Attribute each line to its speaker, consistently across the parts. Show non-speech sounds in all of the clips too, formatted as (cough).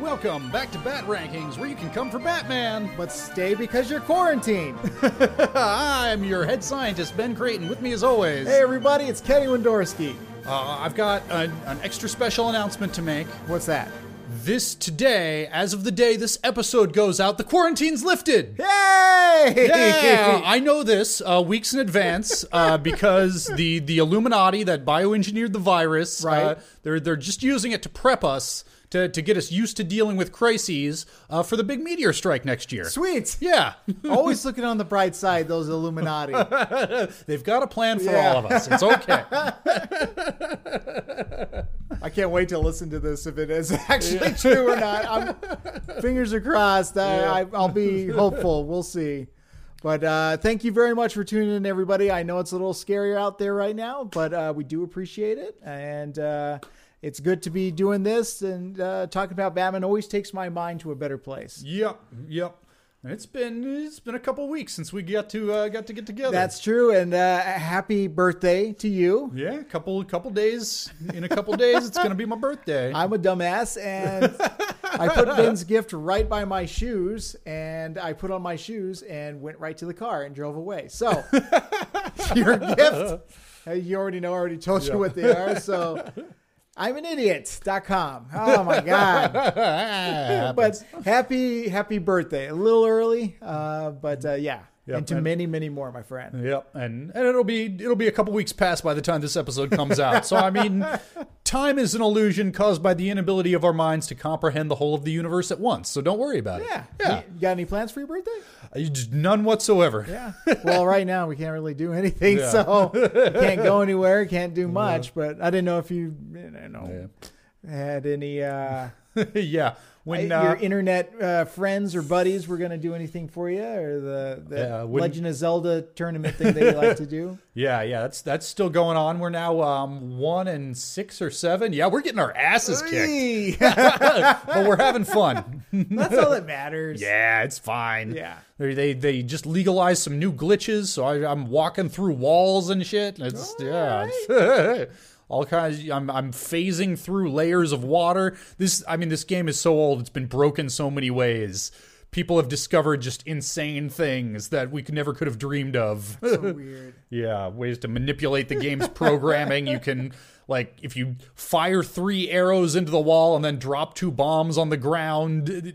Speaker 1: Welcome back to Bat Rankings, where you can come for Batman. (laughs)
Speaker 2: But stay because you're quarantined. (laughs)
Speaker 1: I'm your head scientist, Ben Creighton. With me, as always,
Speaker 2: hey, everybody, it's Kenny Wendorski.
Speaker 1: uh, I've got an, an extra special announcement to make.
Speaker 2: What's that?
Speaker 1: This today, as of the day this episode goes out, the quarantine's lifted.
Speaker 2: Yay! (laughs)
Speaker 1: Yeah, I know this uh, weeks in advance uh, because the the Illuminati that bioengineered the virus, uh,
Speaker 2: Right.
Speaker 1: they're they're just using it to prep us to to get us used to dealing with crises uh, for the big meteor strike next year.
Speaker 2: Sweet.
Speaker 1: Yeah, (laughs)
Speaker 2: Always looking on the bright side, those Illuminati.
Speaker 1: they've got a plan for
Speaker 2: Yeah.
Speaker 1: all of us. It's (laughs) okay.
Speaker 2: I can't wait to listen to this if it is (laughs) actually true or not. I'm, fingers are crossed. I, I,
Speaker 1: (laughs)
Speaker 2: I'll be hopeful. We'll see. But uh, thank you very much for tuning in, everybody. I know it's a little scarier out there right now, but uh, we do appreciate it. And uh, it's good to be doing this and uh, talking about Batman always takes my mind to a better place.
Speaker 1: yep, yep. It's been it's been a couple weeks since we got to uh, got to get together.
Speaker 2: That's true. And uh, happy birthday to you.
Speaker 1: yeah, couple couple days in a couple days it's gonna be my
Speaker 2: (laughs)
Speaker 1: birthday.
Speaker 2: I'm a dumbass, (laughs) and I put Ben's gift right by my shoes, and I put on my shoes and went right to the car and drove away. (laughs) So your gift, uh, you already know. I already told you what they are. So I'm an idiot.com. Oh my (laughs) god!
Speaker 1: (laughs)
Speaker 2: But happy happy birthday. A little early, uh, but uh, yeah.
Speaker 1: Yep,
Speaker 2: and to
Speaker 1: and-
Speaker 2: many, many more, my friend.
Speaker 1: Yep, and and it'll be it'll be a couple weeks past by the time this episode comes out. So I (laughs) mean, time is an illusion caused by the inability of our minds to comprehend the whole of the universe at once. So don't worry about
Speaker 2: Yeah.
Speaker 1: it.
Speaker 2: You got any plans for your birthday?
Speaker 1: Yeah, You just- none whatsoever.
Speaker 2: Yeah. Well, right now we can't really do anything,
Speaker 1: Yeah.
Speaker 2: so we can't go anywhere,
Speaker 1: (laughs)
Speaker 2: can't do much. But I didn't know if you, you know, had any uh,
Speaker 1: (laughs) Yeah, when uh,
Speaker 2: your internet uh, friends or buddies were going to do anything for you, or the, the
Speaker 1: Yeah, when-
Speaker 2: Legend of Zelda tournament thing that you like to do.
Speaker 1: (laughs) yeah, yeah, that's that's still going on. We're now um one and six or seven. Yeah, we're getting our asses kicked,
Speaker 2: Whee!
Speaker 1: but we're having fun.
Speaker 2: (laughs) That's all that matters.
Speaker 1: Yeah, it's fine.
Speaker 2: Yeah.
Speaker 1: They they, they just legalized some new glitches, so I, I'm walking through walls and shit. It's yeah, it's- (laughs) all kinds. I'm I'm phasing through layers of water. This I mean, this game is so old; it's been broken so many ways. People have discovered just insane things that we could- never could have dreamed of. (laughs)
Speaker 2: So weird.
Speaker 1: Yeah, ways to manipulate the game's programming. You can like if you fire 3 arrows into the wall and then drop two bombs on the ground, it,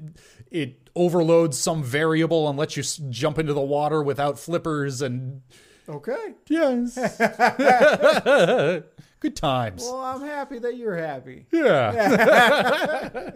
Speaker 1: it overloads some variable and lets you s- jump into the water without flippers and
Speaker 2: Okay.
Speaker 1: yes. (laughs) Good times.
Speaker 2: Well, I'm happy that you're happy.
Speaker 1: Yeah.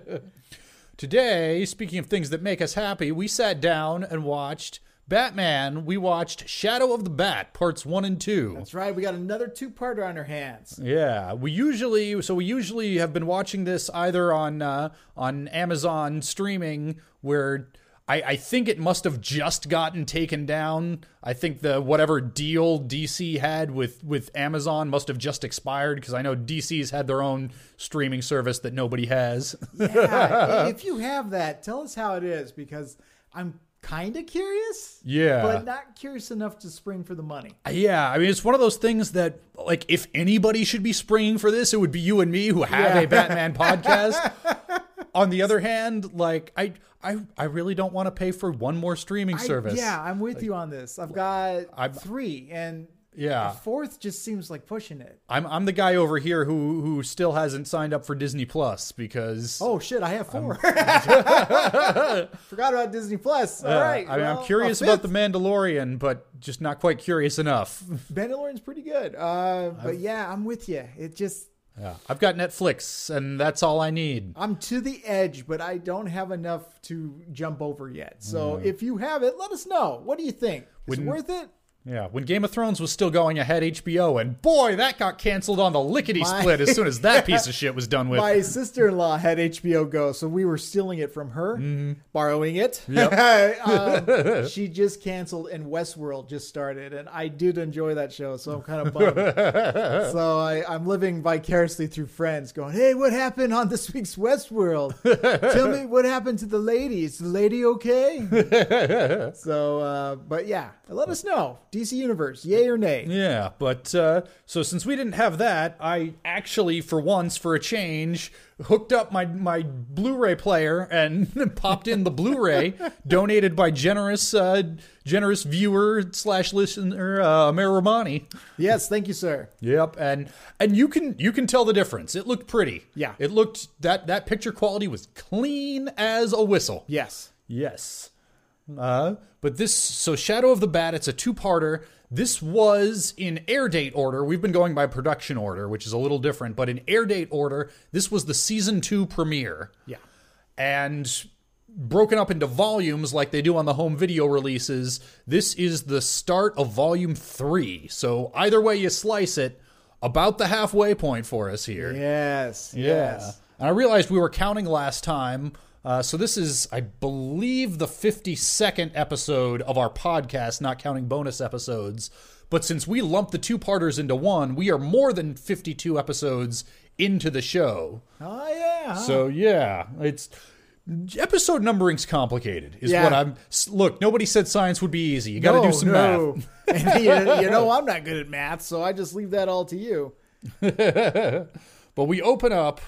Speaker 1: (laughs) Today, speaking of things that make us happy, we sat down and watched Batman. We watched Shadow of the Bat parts 1 and 2.
Speaker 2: That's right. We got another two-parter on our hands.
Speaker 1: Yeah, we usually so we usually have been watching this either on uh, on Amazon streaming where I, I think it must have just gotten taken down. I think the whatever deal DC had with with Amazon must have just expired because I know DC's had their own streaming service that nobody has. (laughs)
Speaker 2: Yeah, if you have that, tell us how it is because I'm kind of curious.
Speaker 1: Yeah.
Speaker 2: But not curious enough to spring for the money.
Speaker 1: yeah, I mean it's one of those things that like if anybody should be springing for this, it would be you and me who have
Speaker 2: Yeah.
Speaker 1: a
Speaker 2: (laughs)
Speaker 1: Batman podcast. on the other hand, like I I I really don't want to pay for one more streaming
Speaker 2: I-
Speaker 1: service.
Speaker 2: yeah, I'm with you on this. I've got
Speaker 1: I'm-
Speaker 2: three, and
Speaker 1: Yeah.
Speaker 2: the fourth just seems like pushing it.
Speaker 1: I'm I'm the guy over here who who still hasn't signed up for Disney Plus because
Speaker 2: Oh shit, I have 4 (laughs) Forgot about Disney Plus. All
Speaker 1: uh,
Speaker 2: right,
Speaker 1: I mean,
Speaker 2: well,
Speaker 1: I'm curious
Speaker 2: a
Speaker 1: about the
Speaker 2: fifth.
Speaker 1: Mandalorian, but just not quite curious enough. (laughs)
Speaker 2: Mandalorian's pretty good, uh, but yeah, I'm with you. It just
Speaker 1: Yeah. I've got Netflix, and that's all I need.
Speaker 2: I'm to the edge, but I don't have enough to jump over yet. So if you have it, let us know. What do you think? Is
Speaker 1: Wouldn't-
Speaker 2: it worth it?
Speaker 1: Yeah, when Game of Thrones was still going, I had HBO, and boy, that got canceled on the lickety
Speaker 2: My-
Speaker 1: split as soon as that piece of shit was done with. (laughs)
Speaker 2: (laughs) My sister in law had HBO Go, so we were stealing it from her,
Speaker 1: Mm-hmm.
Speaker 2: borrowing it. (laughs)
Speaker 1: (laughs)
Speaker 2: um, she just canceled, and Westworld just started, and I did enjoy that show, so I'm kind of bummed.
Speaker 1: (laughs)
Speaker 2: so I, I'm living vicariously through friends, going, "Hey, what happened on this week's Westworld? Tell me what happened
Speaker 1: (laughs)
Speaker 2: to the lady. Is the lady okay?" so, uh, but yeah, let us know. DC Universe, yay or nay?
Speaker 1: Yeah, but uh, so since we didn't have that, I actually, for once, for a change, hooked up my my Blu-ray player and (laughs) popped in the
Speaker 2: (laughs)
Speaker 1: Blu-ray donated by generous uh, generous viewer slash listener uh, Mayor Romani.
Speaker 2: Yes, thank you, sir.
Speaker 1: Yep, and and you can you can tell the difference. It looked pretty.
Speaker 2: Yeah.
Speaker 1: it looked that that picture quality was clean as a whistle.
Speaker 2: Yes.
Speaker 1: Yes. Uh, but this, so Shadow of the Bat, it's a two parter. This was in air date order. We've been going by production order, which is a little different, but in air date order, this was the season two premiere
Speaker 2: Yeah.
Speaker 1: and broken up into volumes like they do on the home video releases. This is the start of volume three. So either way you slice it, about the halfway point for us here.
Speaker 2: Yes.
Speaker 1: Yeah.
Speaker 2: Yes.
Speaker 1: And I realized we were counting last time. Uh, so this is, I believe, the 52nd episode of our podcast, not counting bonus episodes. But since we lumped the two parters into one, we are more than 52 episodes into the show.
Speaker 2: Oh yeah. huh?
Speaker 1: So yeah, it's episode numbering's complicated. Is
Speaker 2: Yeah.
Speaker 1: what I'm. s- Look, nobody said science would be easy. You got to do some math.
Speaker 2: Oh, (laughs) And you, you know I'm not good at math, so I just leave that all to you.
Speaker 1: But we open up.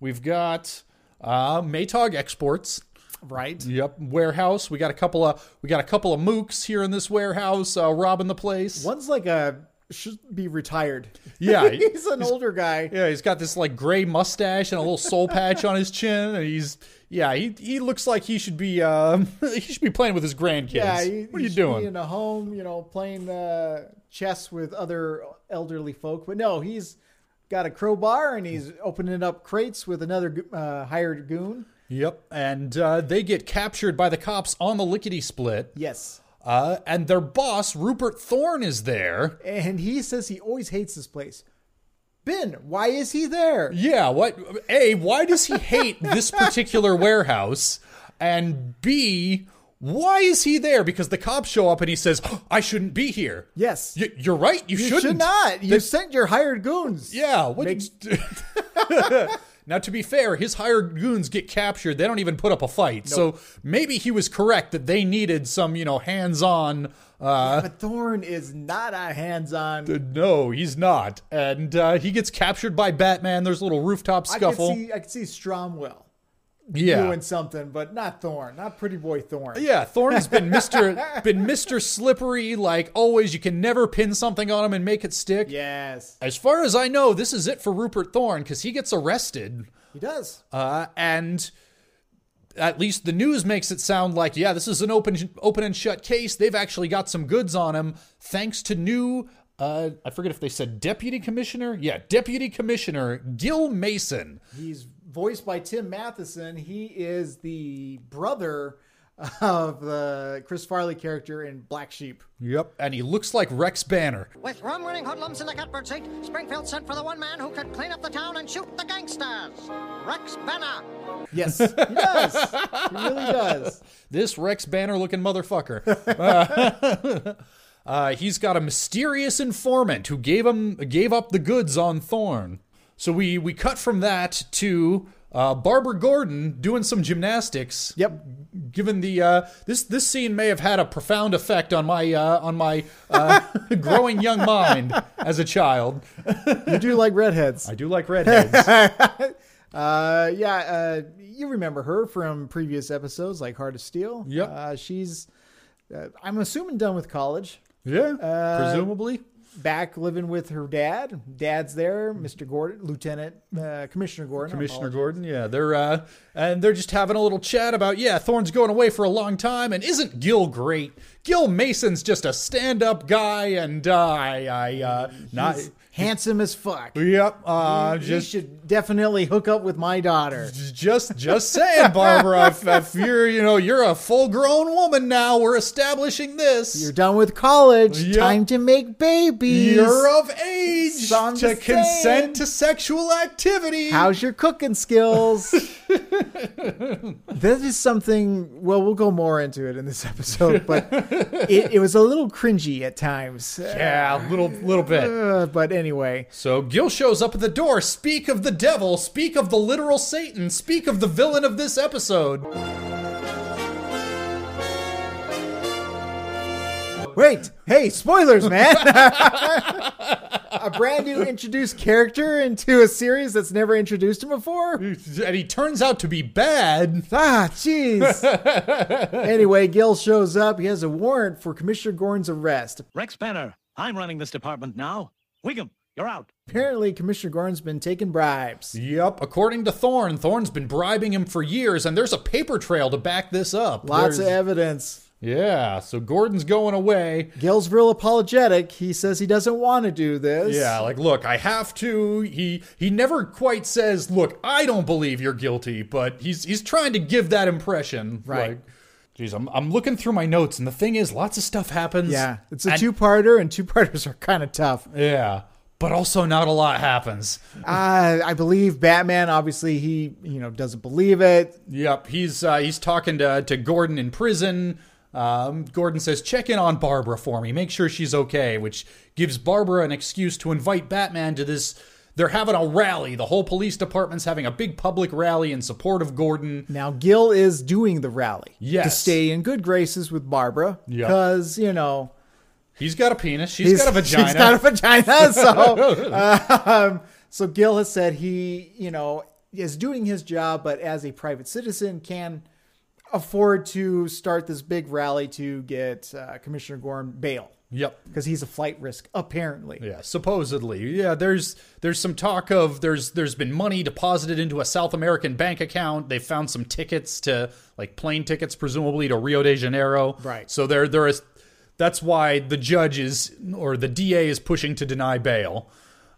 Speaker 1: We've got uh, Maytog Exports.
Speaker 2: Right.
Speaker 1: Yep, warehouse. We got a couple of we got a couple of mooks here in this warehouse uh, robbing the place.
Speaker 2: One's like a should be retired.
Speaker 1: Yeah.
Speaker 2: (laughs) he's an older guy.
Speaker 1: Yeah, he's got this like gray mustache and a little soul patch on his chin, and he's yeah he he looks like he should be um, (laughs) he should be playing with his grandkids.
Speaker 2: Yeah, he-
Speaker 1: what are
Speaker 2: he
Speaker 1: you
Speaker 2: should be
Speaker 1: doing?
Speaker 2: in a home, you know, playing uh, chess with other elderly folk. But no, he's got a crowbar and he's opening up crates with another go- uh, hired goon.
Speaker 1: Yep, and uh, they get captured by the cops on the lickety split,
Speaker 2: Yes,
Speaker 1: uh, and their boss Rupert Thorne is there.
Speaker 2: and he says he always hates this place. Ben, why is he there?
Speaker 1: Yeah, what A, why does he hate this particular warehouse? And B, why is he there? Because the cops show up and he says, "Oh, I shouldn't be here.
Speaker 2: Yes,
Speaker 1: Y- you're right, you,
Speaker 2: you
Speaker 1: shouldn't.
Speaker 2: should not. You sent your hired goons.
Speaker 1: Yeah, what (laughs) Now to be fair, his hired goons get captured. They don't even put up a fight. So maybe he was correct that they needed some, you know, hands-on uh
Speaker 2: But Thorn is not a hands-on.
Speaker 1: no, he's not. And uh, he gets captured by Batman. There's a little rooftop
Speaker 2: I could
Speaker 1: scuffle.
Speaker 2: see, I could see Stromwell
Speaker 1: yeah.
Speaker 2: doing something, but not Thorn, not Pretty Boy Thorn.
Speaker 1: Yeah, Thorne's been Mr. been Mr. Slippery like always. You can never pin something on him and make it stick.
Speaker 2: Yes,
Speaker 1: As far as I know, this is it for Rupert Thorne because he gets arrested,
Speaker 2: he does.
Speaker 1: uh, and at least the news makes it sound like yeah, this is an open open and shut case. They've actually got some goods on him thanks to new. Uh, I forget if they said deputy commissioner. Yeah, deputy commissioner Gil Mason.
Speaker 2: He's voiced by Tim Matheson. He is the brother of the Chris Farley character in Black Sheep.
Speaker 1: Yep, and he looks like Rex Banner.
Speaker 3: With rum-winning hoodlums in the catbird seat, Springfield sent for the one man who could clean up the town and shoot the gangsters, Rex Banner.
Speaker 1: (laughs)
Speaker 2: Yes, he does. he really does.
Speaker 1: this Rex Banner looking (laughs) motherfucker. Uh, (laughs) uh, he's got a mysterious informant who gave him gave up the goods on Thorn. So we we cut from that to uh, Barbara Gordon doing some gymnastics.
Speaker 2: Yep.
Speaker 1: Given the uh, this this scene may have had a profound effect on my uh, on my uh, (laughs) growing young mind as a child.
Speaker 2: You do like redheads.
Speaker 1: I do like redheads.
Speaker 2: Uh, yeah, uh, you remember her from previous episodes like Heart of Steel.
Speaker 1: Yep.
Speaker 2: Uh, she's, uh, I'm assuming, done with college.
Speaker 1: (laughs) yeah, presumably.
Speaker 2: Back living with her dad. Dad's there, Mr. Gordon, Lieutenant, uh, Commissioner Gordon. I
Speaker 1: Commissioner
Speaker 2: apologize.
Speaker 1: Gordon, yeah, they're uh, and they're just having a little chat about yeah, Thorne's going away for a long time, and isn't Gil great? Gil Mason's just a stand-up guy, and uh, I, I uh, not,
Speaker 2: He's handsome as fuck.
Speaker 1: yep, uh,
Speaker 2: You
Speaker 1: just
Speaker 2: should definitely hook up with my daughter.
Speaker 1: just just saying, Barbara, if, if you're you know you're a full-grown woman now, we're establishing this.
Speaker 2: You're done with college.
Speaker 1: Yep.
Speaker 2: Time to make babies.
Speaker 1: You're of age
Speaker 2: So I'm
Speaker 1: to
Speaker 2: just saying.
Speaker 1: consent to sexual activity.
Speaker 2: How's your cooking
Speaker 1: (laughs)
Speaker 2: skills? that is something. Well, we'll go more into it in this episode, but it, it was a little cringy at times.
Speaker 1: (laughs) yeah, little little bit.
Speaker 2: Uh, but anyway,
Speaker 1: So Gil shows up at the door. Speak of the devil. Speak of the literal Satan. Speak of the villain of this episode.
Speaker 2: Wait, hey, spoilers,
Speaker 1: (laughs)
Speaker 2: man! a brand new introduced character into a series that's never introduced him before.
Speaker 1: and he turns out to be bad.
Speaker 2: Ah, jeez. anyway, Gil shows up. He has a warrant for Commissioner Gordon's arrest.
Speaker 4: Rex Banner, I'm running this department now. Wiggum, you're out.
Speaker 2: Apparently, Commissioner Gordon's been taking bribes.
Speaker 1: Yep, according to Thorn, Thorn's been bribing him for years, and there's a paper trail to back this up.
Speaker 2: Lots of
Speaker 1: There's-
Speaker 2: evidence.
Speaker 1: yeah. So Gordon's going away.
Speaker 2: Gil's real apologetic. He says he doesn't want to do this.
Speaker 1: Yeah, like look, I have to. He he never quite says, "Look, I don't believe you're guilty," but he's he's trying to give that impression.
Speaker 2: Right.
Speaker 1: Like, geez, I'm I'm looking through my notes, and the thing is, lots of stuff happens.
Speaker 2: Yeah. It's a
Speaker 1: And-
Speaker 2: two parter, and two parters are kind of tough.
Speaker 1: (laughs) Yeah, but also not a lot happens.
Speaker 2: Uh, I believe Batman, obviously, he, you know, doesn't believe it.
Speaker 1: Yep, he's uh, he's talking to to Gordon in prison. Um, Gordon says, "Check in on Barbara for me. Make sure she's okay," which gives Barbara an excuse to invite Batman to this. They're having a rally. The whole police department's having a big public rally in support of Gordon.
Speaker 2: Now, Gil is doing the rally. To
Speaker 1: Yes.
Speaker 2: stay in good graces with Barbara.
Speaker 1: Yeah.
Speaker 2: Because, you know,
Speaker 1: He's got a penis. (laughs) She's
Speaker 2: he's
Speaker 1: got a
Speaker 2: (laughs)
Speaker 1: vagina.
Speaker 2: He's got
Speaker 1: (laughs)
Speaker 2: a vagina. So, um, so Gil has said he, you know, is doing his job, but as a private citizen can afford to start this big rally to get uh, Commissioner Gorm bail
Speaker 1: yep.
Speaker 2: because he's a flight risk, apparently.
Speaker 1: Yeah, supposedly. Yeah, there's there's some talk of there's there's been money deposited into a South American bank account. They found some tickets to like plane tickets, presumably to Rio de Janeiro.
Speaker 2: Right.
Speaker 1: So there there is that's why the judge is or the DA is pushing to deny bail.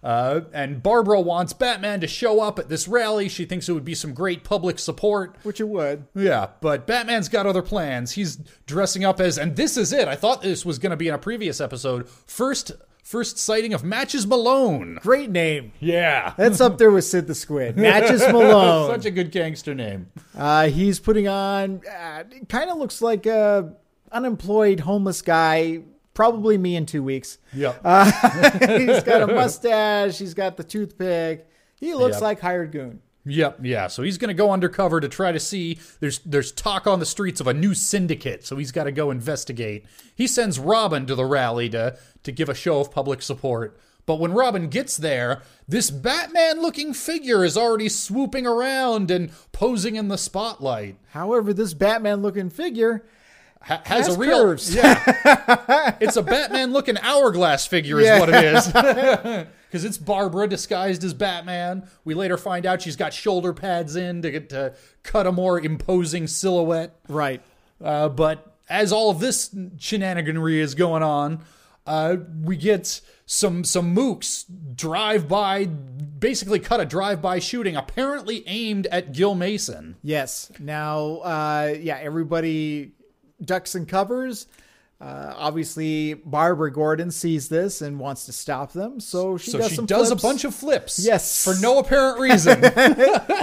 Speaker 1: Uh, and Barbara wants Batman to show up at this rally. She thinks it would be some great public support.
Speaker 2: Which it would.
Speaker 1: Yeah, but Batman's got other plans. He's dressing up as, and this is it. I thought this was going to be in a previous episode. First, first sighting of Matches Malone.
Speaker 2: Great name.
Speaker 1: Yeah,
Speaker 2: That's up there with Sid the
Speaker 1: (laughs)
Speaker 2: Squid. Matches Malone.
Speaker 1: such a good gangster name.
Speaker 2: Uh, he's putting on. Uh, kind of looks like a unemployed homeless guy. Probably me in two weeks. (laughs)
Speaker 1: Yeah,
Speaker 2: he's got a mustache. He's got the toothpick. He looks
Speaker 1: Yep.
Speaker 2: like hired goon.
Speaker 1: yep, yeah. So he's going to go undercover to try to see. There's there's talk on the streets of a new syndicate, so he's got to go investigate. He sends Robin to the rally to to give a show of public support. But when Robin gets there, this Batman looking figure is already swooping around and posing in the spotlight.
Speaker 2: However, this Batman-looking figure
Speaker 1: ha- has
Speaker 2: Has
Speaker 1: a real
Speaker 2: curves.
Speaker 1: yeah. (laughs) it's a Batman looking hourglass figure
Speaker 2: Yeah.
Speaker 1: is what it is.
Speaker 2: (laughs)
Speaker 1: (laughs) Because it's Barbara disguised as Batman. We later find out she's got shoulder pads in to get to cut a more imposing silhouette.
Speaker 2: right
Speaker 1: Uh, but as all of this shenaniganry is going on, uh, we get some some mooks drive by, basically cut a drive by shooting, apparently aimed at Gil Mason.
Speaker 2: Yes. Now, uh, yeah, everybody ducks and covers. Uh, obviously, Barbara Gordon sees this and wants to stop them, so she
Speaker 1: So
Speaker 2: does
Speaker 1: she
Speaker 2: some
Speaker 1: does
Speaker 2: flips.
Speaker 1: a bunch of flips.
Speaker 2: Yes.
Speaker 1: For no apparent
Speaker 2: (laughs)
Speaker 1: reason.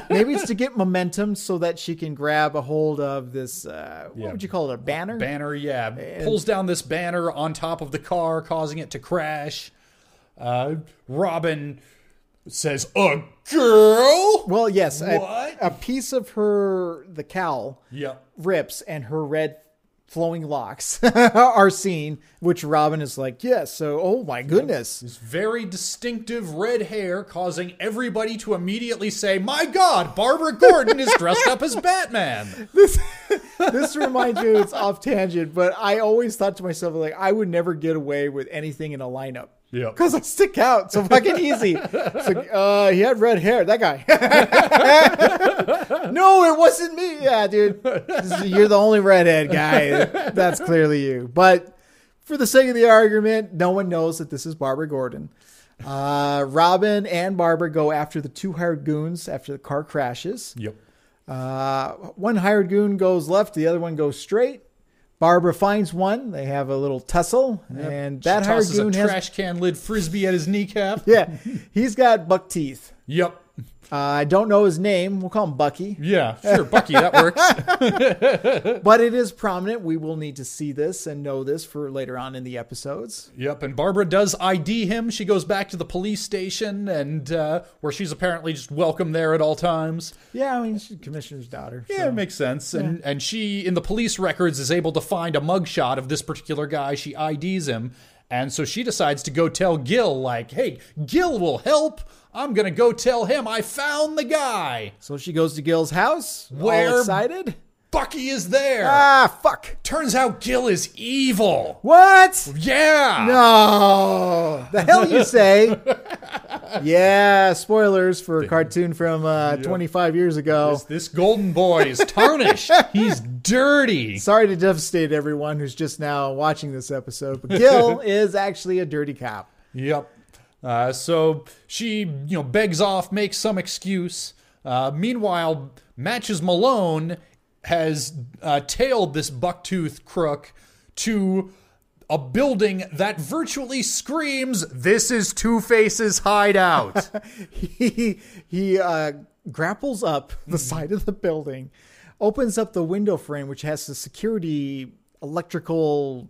Speaker 2: Maybe it's to get momentum so that she can grab a hold of this. Uh, what would you call it? A banner?
Speaker 1: banner yeah
Speaker 2: (laughs)
Speaker 1: pulls down this banner on top of the car causing it to crash uh, robin says a girl
Speaker 2: well, yes.
Speaker 1: What?
Speaker 2: A, a piece of her the cowl
Speaker 1: yeah
Speaker 2: rips, and her red flowing locks (laughs) are seen, which Robin is like, "Yes." so, oh my goodness.
Speaker 1: this very distinctive red hair causing everybody to immediately say my god barbara gordon is dressed up as
Speaker 2: (laughs)
Speaker 1: batman
Speaker 2: this reminds me it's off tangent but i always thought to myself like i would never get away with anything in a lineup
Speaker 1: Yeah.
Speaker 2: because i stick out so fucking easy it's like uh he had red hair that guy (laughs) no it wasn't me yeah dude This is- you're the only redhead guy that's clearly you but for the sake of the argument no one knows that this is barbara gordon uh, Robin and Barbara go after the two hired goons after the car crashes.
Speaker 1: yep
Speaker 2: Uh, one hired goon goes left, the other one goes straight. Barbara finds one. They have a little tussle, and that hired
Speaker 1: tosses a
Speaker 2: goon has
Speaker 1: trash can lid frisbee at his kneecap
Speaker 2: yeah, he's got buck teeth.
Speaker 1: yep
Speaker 2: Uh, I don't know his name. We'll call him Bucky,
Speaker 1: Yeah, sure, Bucky, that works.
Speaker 2: but it is prominent. We will need to see this and know this for later on in the episodes.
Speaker 1: Yep, and Barbara does ID him. She goes back to the police station, and uh, where she's apparently just welcome there at all times.
Speaker 2: Yeah, I mean, she's the commissioner's daughter.
Speaker 1: Yeah, it makes sense. And and she in the police records is able to find a mugshot of this particular guy. She IDs him, and so she decides to go tell Gil, like, "Hey, Gil will help. I'm gonna go tell him I found the guy.
Speaker 2: So she goes to Gil's house.
Speaker 1: Where-
Speaker 2: all excited?
Speaker 1: Bucky is there."
Speaker 2: Ah, fuck!
Speaker 1: Turns out Gil is evil.
Speaker 2: What?
Speaker 1: Yeah. Oh.
Speaker 2: No, the hell you say?
Speaker 1: (laughs)
Speaker 2: yeah, spoilers for a cartoon from uh, 25 years ago.
Speaker 1: This, this golden boy is (laughs) tarnished. He's dirty.
Speaker 2: Sorry to devastate everyone who's just now watching this episode, but
Speaker 1: (laughs)
Speaker 2: Gil is actually a dirty cop.
Speaker 1: Yep. Uh, so she, you know, begs off, makes some excuse. Uh, meanwhile, Matches Malone has uh, tailed this bucktooth crook to a building that virtually screams, "This is Two Face's
Speaker 2: (laughs)
Speaker 1: hideout."
Speaker 2: He he uh, grapples up (laughs)
Speaker 1: Mm-hmm.
Speaker 2: the side of the building, opens up the window frame, which has the security electrical,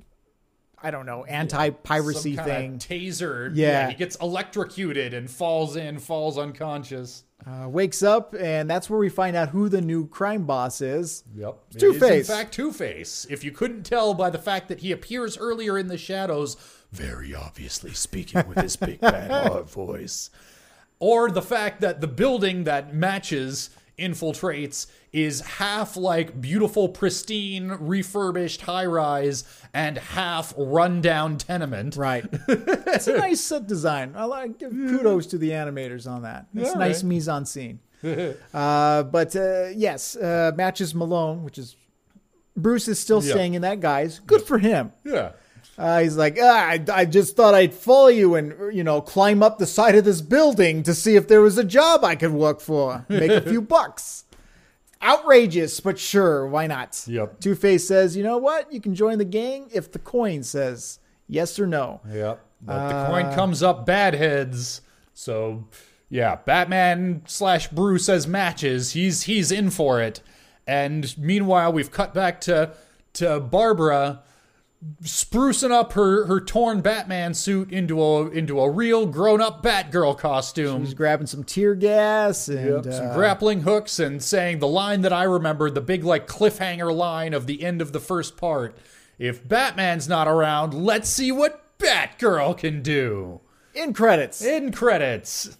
Speaker 2: I don't know, anti piracy
Speaker 1: Some kinda
Speaker 2: thing.
Speaker 1: taser.
Speaker 2: Yeah.
Speaker 1: he gets electrocuted and falls in, falls unconscious.
Speaker 2: Uh, wakes up, and that's where we find out who the new crime boss is.
Speaker 1: Yep.
Speaker 2: Two-Face.
Speaker 1: In fact, Two Face. If you couldn't tell by the fact that he appears earlier in the shadows, very obviously speaking with his
Speaker 2: (laughs)
Speaker 1: big bad hard voice, or the fact that the building that matches infiltrates is half like beautiful, pristine, refurbished high rise and half rundown tenement. (laughs)
Speaker 2: Right. it's a nice set design. I like give kudos to the animators on that. It's
Speaker 1: Yeah,
Speaker 2: nice
Speaker 1: right.
Speaker 2: mise
Speaker 1: (laughs)
Speaker 2: en scene. uh, but uh, yes, uh, matches Malone, which is Bruce is still
Speaker 1: Yeah.
Speaker 2: staying in that guy's. Good for him.
Speaker 1: Yeah.
Speaker 2: Uh, he's like, ah, I, I just thought I'd follow you and you know climb up the side of this building to see if there was a job I could work for, make a
Speaker 1: (laughs)
Speaker 2: few bucks. Outrageous, but sure, why not?
Speaker 1: Yep.
Speaker 2: Two Face says, you know what? You can join the gang if the coin says yes or no.
Speaker 1: Yep. But the coin comes up bad heads. So yeah, Batman slash Bruce as matches. He's he's in for it. And meanwhile, we've cut back to to Barbara sprucing up her, her torn Batman suit into a into a real grown up Batgirl costume.
Speaker 2: He's grabbing some tear gas and
Speaker 1: Yep, some
Speaker 2: uh,
Speaker 1: grappling hooks and saying the line that I remembered, the big like cliffhanger line of the end of the first part. If Batman's not around, let's see what Batgirl can do.
Speaker 2: in credits.
Speaker 1: In credits.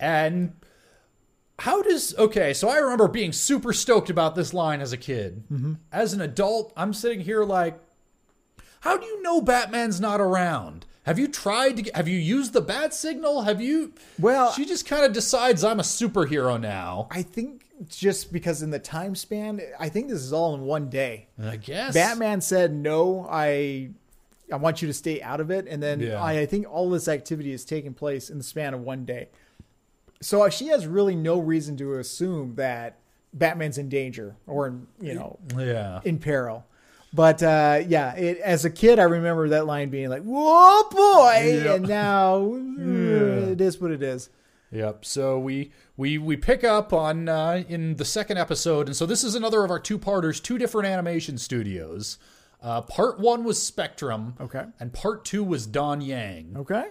Speaker 1: And how does okay? So I remember being super stoked about this line as a kid.
Speaker 2: Mm-hmm.
Speaker 1: As an adult, I'm sitting here like, how do you know Batman's not around? Have you tried to? Get, have you used the bat signal? Have you?
Speaker 2: Well-
Speaker 1: she just kind of decides I'm a superhero now.
Speaker 2: I think just because in the time span, I think this is all in one day.
Speaker 1: I guess
Speaker 2: Batman said, "No, I, I want you to stay out of it." And then
Speaker 1: Yeah.
Speaker 2: I, I think all this activity is taking place in the span of one day. So uh, she has really no reason to assume that Batman's in danger or in, you know
Speaker 1: Yeah.
Speaker 2: in peril. But uh, yeah, it, as a kid, I remember that line being like, "Whoa, boy!"
Speaker 1: Yeah.
Speaker 2: And now uh, it is what it is.
Speaker 1: Yep. So we we we pick up on uh, in the second episode, and so this is another of our two parters, two different animation studios. Uh, part one was Spectrum,
Speaker 2: Okay.
Speaker 1: and part two was Don Yang.
Speaker 2: Okay.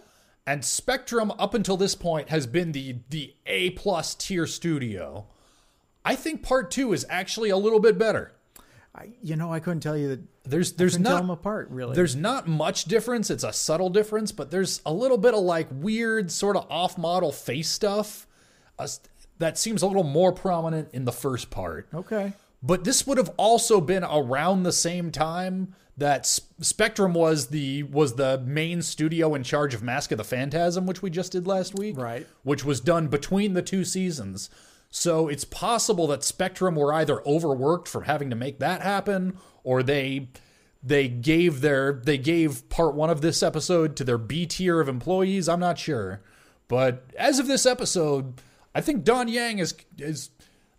Speaker 1: And Spectrum, up until this point, has been the the A plus tier studio. I think part two is actually a little bit better.
Speaker 2: I, you know, I couldn't tell you that.
Speaker 1: There's there's
Speaker 2: Couldn't tell
Speaker 1: not
Speaker 2: them apart, really.
Speaker 1: there's not much difference. It's a subtle difference, but there's a little bit of like weird, sort of off model face stuff uh, that seems a little more prominent in the first part.
Speaker 2: okay.
Speaker 1: But this would have also been around the same time that S- Spectrum was the was the main studio in charge of Mask of the Phantasm, which we just did last week,
Speaker 2: Right.
Speaker 1: Which was done between the two seasons. So it's possible that Spectrum were either overworked from having to make that happen, or they they gave their they gave part one of this episode to their B tier of employees. I'm not sure, but as of this episode, I think Don Yang is is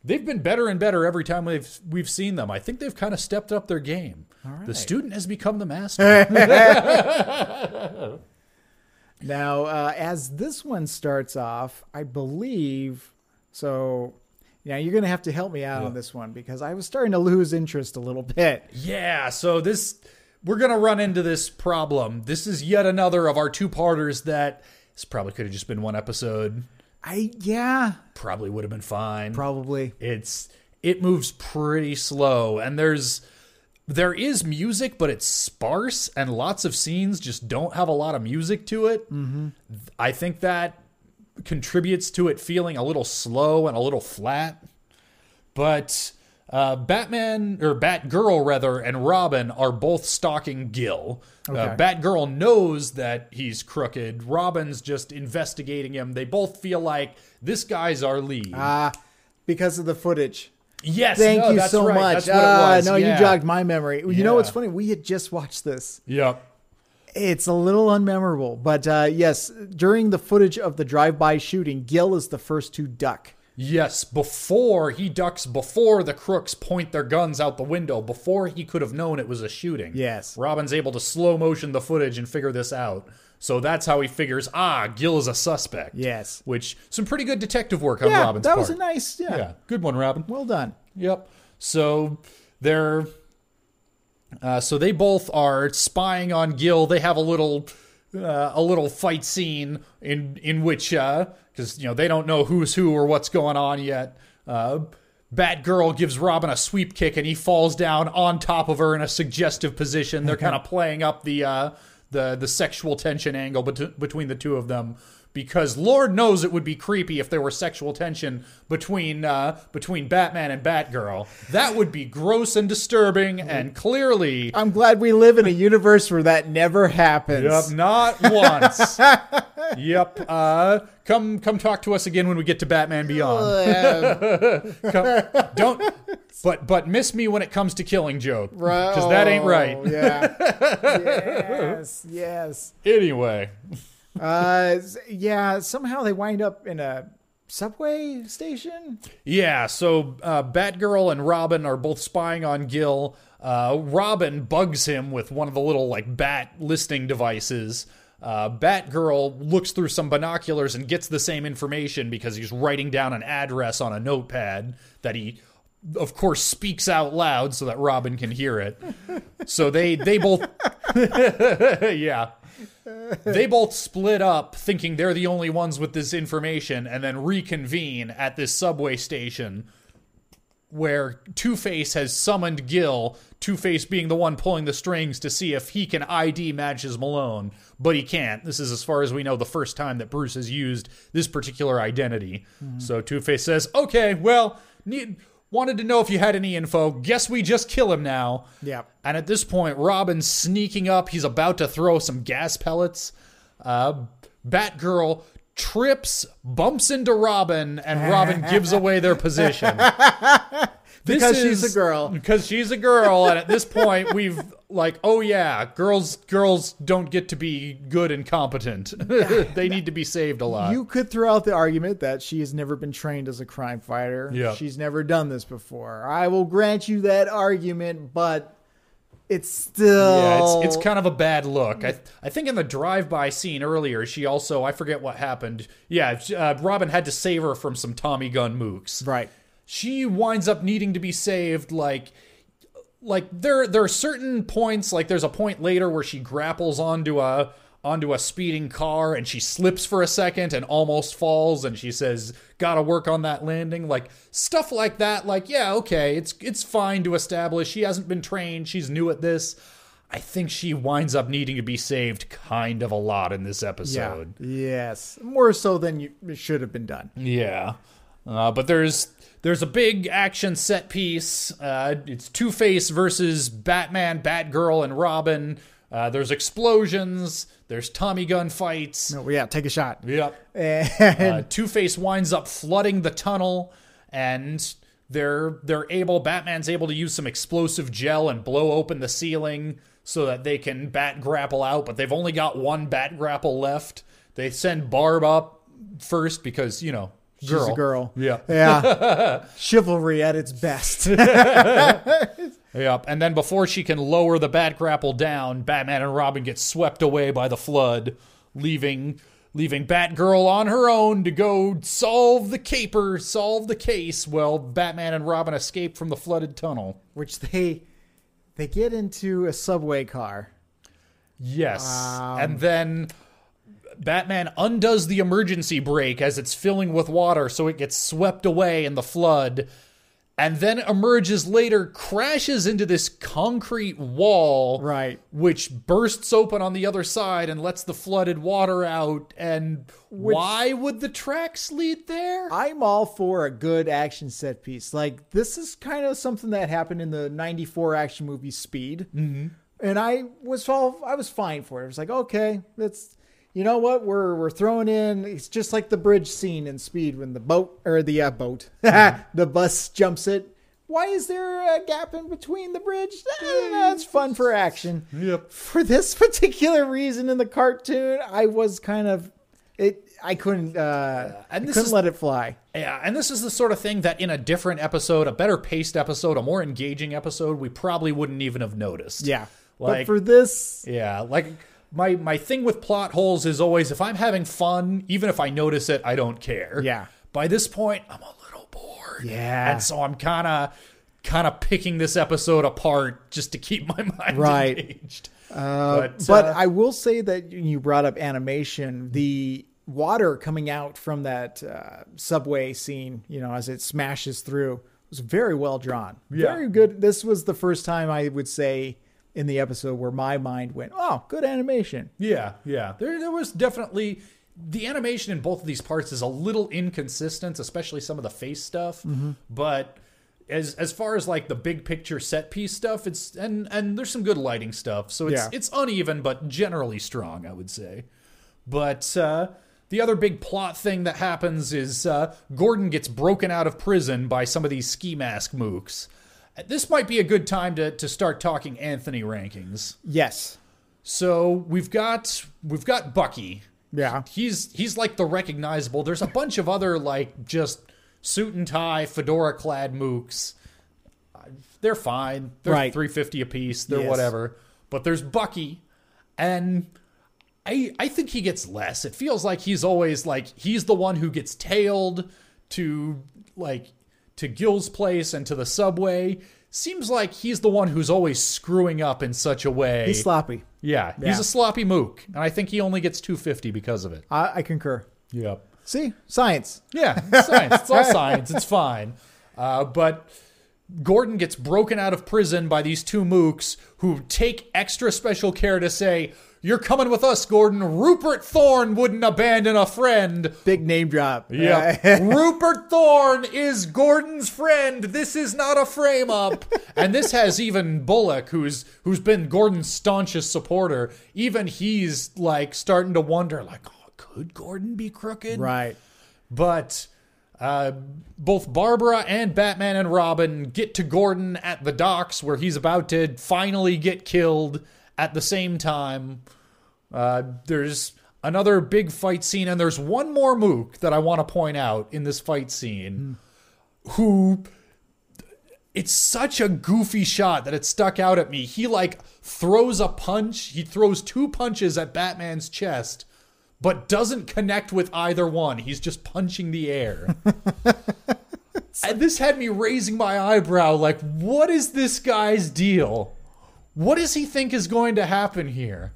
Speaker 1: they've been better and better every time we've we've seen them. I think they've kind of stepped up their game. The student has become the master.
Speaker 2: Now, uh, as this one starts off, I believe so. Now you're going to have to help me out on this one because I was starting to lose interest a little bit.
Speaker 1: Yeah, so this we're gonna run into this problem. This is yet another of our two parters that this probably could have just been one episode.
Speaker 2: I yeah,
Speaker 1: Probably would have been fine.
Speaker 2: probably.
Speaker 1: it's it moves pretty slow, and there's there is music, but it's sparse, and lots of scenes just don't have a lot of music to it. Mm-hmm. I think that contributes to it feeling a little slow and a little flat. But uh, Batman or Batgirl rather and Robin are both stalking Gil. Uh, Batgirl knows that he's crooked. Robin's just investigating him. They both feel like this guy's our lead.
Speaker 2: Ah, because of the footage.
Speaker 1: yes,
Speaker 2: Thank
Speaker 1: no,
Speaker 2: you
Speaker 1: that's
Speaker 2: so
Speaker 1: right.
Speaker 2: much.
Speaker 1: That's what
Speaker 2: Ah,
Speaker 1: it was.
Speaker 2: No,
Speaker 1: yeah.
Speaker 2: you jogged my memory. You know what's
Speaker 1: Yeah.
Speaker 2: funny? We had just watched this.
Speaker 1: Yep.
Speaker 2: It's a little unmemorable, but uh, yes, during the footage of the drive-by shooting, Gil is the first to duck.
Speaker 1: Yes, before he ducks, before the crooks point their guns out the window, before he could have known it was a shooting.
Speaker 2: Yes.
Speaker 1: Robin's able to slow motion the footage and figure this out. So that's how he figures, ah, Gill is a suspect.
Speaker 2: Yes.
Speaker 1: Which, some pretty good detective work on
Speaker 2: yeah,
Speaker 1: Robin's
Speaker 2: that
Speaker 1: part.
Speaker 2: was a nice. Yeah,
Speaker 1: Yeah, good one, Robin.
Speaker 2: well done.
Speaker 1: Yep. So they're uh, so they both are spying on Gil. They have a little uh, a little fight scene in in which because you know they don't know who's who or what's going on yet. Uh, Batgirl gives Robin a sweep kick and he falls down on top of her in a suggestive position. They're kind of playing up the uh, the the sexual tension angle bet- between the two of them because Lord knows it would be creepy if there were sexual tension between uh, between Batman and Batgirl. That would be gross and disturbing, and clearly,
Speaker 2: I'm glad we live in a universe where that never happens.
Speaker 1: yep, not
Speaker 2: (laughs)
Speaker 1: once. yep. Uh, come come talk to us again when we get to Batman
Speaker 2: (laughs)
Speaker 1: Beyond.
Speaker 2: Uh,
Speaker 1: Come- don't. But but miss me when it comes to killing joke
Speaker 2: right.
Speaker 1: because that ain't right.
Speaker 2: Oh, Yeah.
Speaker 1: (laughs)
Speaker 2: yes. Yes.
Speaker 1: Anyway,
Speaker 2: Uh, s- yeah. Somehow they wind up in a subway station.
Speaker 1: Yeah, so uh, Batgirl and Robin are both spying on Gil. Uh, Robin bugs him with one of the little like bat listening devices. Uh, Batgirl looks through some binoculars and gets the same information because he's writing down an address on a notepad that he, of course, speaks out loud so that Robin can hear it. So they they both (laughs) yeah. (laughs) They both split up thinking they're the only ones with this information and then reconvene at this subway station where Two Face has summoned Gil, Two Face being the one pulling the strings to see if he can ID matches Malone, but he can't. This is, as far as we know, the first time that Bruce has used this particular identity. So Two Face says, Okay, well, need, wanted to know if you had any info. Guess we just kill him now.
Speaker 2: Yep.
Speaker 1: And at this point, Robin's sneaking up. He's about to throw some gas pellets. Uh, Batgirl trips, bumps into Robin, and Robin gives away their position. This
Speaker 2: (laughs) Because she's a girl.
Speaker 1: Because she's a girl, and at this point, we've like, oh yeah, girls girls don't get to be good and competent. (laughs) they need to be saved a lot.
Speaker 2: You could throw out the argument that she has never been trained as a crime fighter.
Speaker 1: Yeah.
Speaker 2: She's never done this before. I will grant you that argument, but it's still
Speaker 1: Yeah, it's, it's kind of a bad look. I I think in the drive-by scene earlier, she also I forget what happened. Yeah, uh, Robin had to save her from some Tommy gun mooks.
Speaker 2: right.
Speaker 1: She winds up needing to be saved. Like, like there there are certain points. Like there's a point later where she grapples onto a onto a speeding car and she slips for a second and almost falls and she says gotta work on that landing like stuff like that like yeah okay it's it's fine to establish she hasn't been trained she's new at this I think she winds up needing to be saved kind of a lot in this episode.
Speaker 2: Yes. More so than you it should have been done.
Speaker 1: Yeah, uh, but there's there's a big action set piece. Uh, it's Two Face versus Batman, Batgirl, and Robin. Uh, there's explosions. There's Tommy gun fights.
Speaker 2: No, yeah, take a
Speaker 1: (laughs)
Speaker 2: shot.
Speaker 1: Yep.
Speaker 2: And
Speaker 1: Uh, Two Face winds up flooding the tunnel, and they're they're able. Batman's able to use some explosive gel and blow open the ceiling so that they can bat grapple out. But they've only got one bat grapple left. They send Barb up first because you know girl.
Speaker 2: she's a girl.
Speaker 1: Yeah.
Speaker 2: Yeah. Chivalry at
Speaker 1: (laughs)
Speaker 2: its best.
Speaker 1: Yep. And then before she can lower the bat grapple down, Batman and Robin get swept away by the flood. leaving leaving Batgirl on her own to go solve the caper, solve the case while Batman and Robin escape from the flooded tunnel.
Speaker 2: which they they get into a subway car.
Speaker 1: Yes. and then Batman undoes the emergency brake as it's filling with water, so it gets swept away in the flood. And then emerges later, crashes into this concrete wall,
Speaker 2: Right.
Speaker 1: Which bursts open on the other side and lets the flooded water out. And why would the tracks lead there?
Speaker 2: I'm all for a good action set piece. Like this is kind of something that happened in the '94 action movie Speed, mm-hmm. and I was all I was fine for it. I was like, okay, that's you know what we're we're throwing in. It's just like the bridge scene in Speed when the boat or the uh, boat (laughs) the bus jumps it. Why is there a gap in between the bridge? Ah, That's fun for action.
Speaker 1: Yep.
Speaker 2: For this (laughs) particular reason in the cartoon, I was kind of it. I couldn't. Uh,
Speaker 1: And
Speaker 2: I
Speaker 1: this
Speaker 2: couldn't
Speaker 1: is-
Speaker 2: let it fly.
Speaker 1: Yeah, and this is the sort of thing that in a different episode, a better paced episode, a more engaging episode, we probably wouldn't even have noticed.
Speaker 2: Yeah.
Speaker 1: Like-
Speaker 2: but for this,
Speaker 1: Yeah, like my my thing with plot holes is always if I'm having fun, even if I notice it, I don't care.
Speaker 2: Yeah.
Speaker 1: By this point, I'm a little bored.
Speaker 2: Yeah.
Speaker 1: And so I'm kind of kind of picking this episode apart just to keep my (laughs) mind
Speaker 2: Right. Uh,
Speaker 1: engaged. uh,
Speaker 2: but, I will say that you brought up animation. The water coming out from that uh, subway scene, you know, as it smashes through, was very well drawn.
Speaker 1: Yeah.
Speaker 2: Very good. This was the first time I would say in the episode where my mind went, "Oh, good animation."
Speaker 1: Yeah, yeah. There, there was definitely the animation in both of these parts is a little inconsistent, especially some of the face stuff. But as as far as like the big picture set piece stuff, it's and and there's some good lighting stuff. So it's
Speaker 2: Yeah.
Speaker 1: it's uneven, but generally strong, I would say. But uh, the other big plot thing that happens is uh, Gordon gets broken out of prison by some of these ski mask mooks. This might be a good time to, to start talking Anthony rankings.
Speaker 2: Yes.
Speaker 1: So we've got we've got Bucky.
Speaker 2: Yeah.
Speaker 1: He's he's like the recognizable. There's a bunch of other like just suit and tie, fedora clad mooks. They're fine. They're
Speaker 2: Right.
Speaker 1: 350 a piece. They're
Speaker 2: Yes.
Speaker 1: whatever. But there's Bucky and I I think he gets less. It feels like he's always like he's the one who gets tailed to like to Gill's place and to the subway. Seems like he's the one who's always screwing up in such a way.
Speaker 2: He's sloppy.
Speaker 1: Yeah, he's
Speaker 2: Yeah.
Speaker 1: a sloppy mook, and I think he only gets 250 because of it.
Speaker 2: I, I concur.
Speaker 1: Yep.
Speaker 2: See, science.
Speaker 1: Yeah, it's science. It's all science. It's fine. Uh, but Gordon gets broken out of prison by these two mooks who take extra special care to say, "You're coming with us, Gordon." Rupert Thorne wouldn't abandon a friend.
Speaker 2: Big name drop. (laughs)
Speaker 1: Yeah. Rupert Thorne is Gordon's friend. This is not a frame up. and this has even Bullock, who's who's been Gordon's staunchest supporter, even he's like starting to wonder, like, oh, could Gordon be crooked?
Speaker 2: right.
Speaker 1: But uh, both Barbara and Batman and Robin get to Gordon at the docks where he's about to finally get killed at the same time. Uh, there's another big fight scene, and there's one more mook that I want to point out in this fight scene who. It's such a goofy shot that it stuck out at me. He like throws a punch. He throws two punches at Batman's chest, but doesn't connect with either one. He's just punching the
Speaker 2: (laughs)
Speaker 1: air. and this had me raising my eyebrow like, what is this guy's deal? What does he think is going to happen here?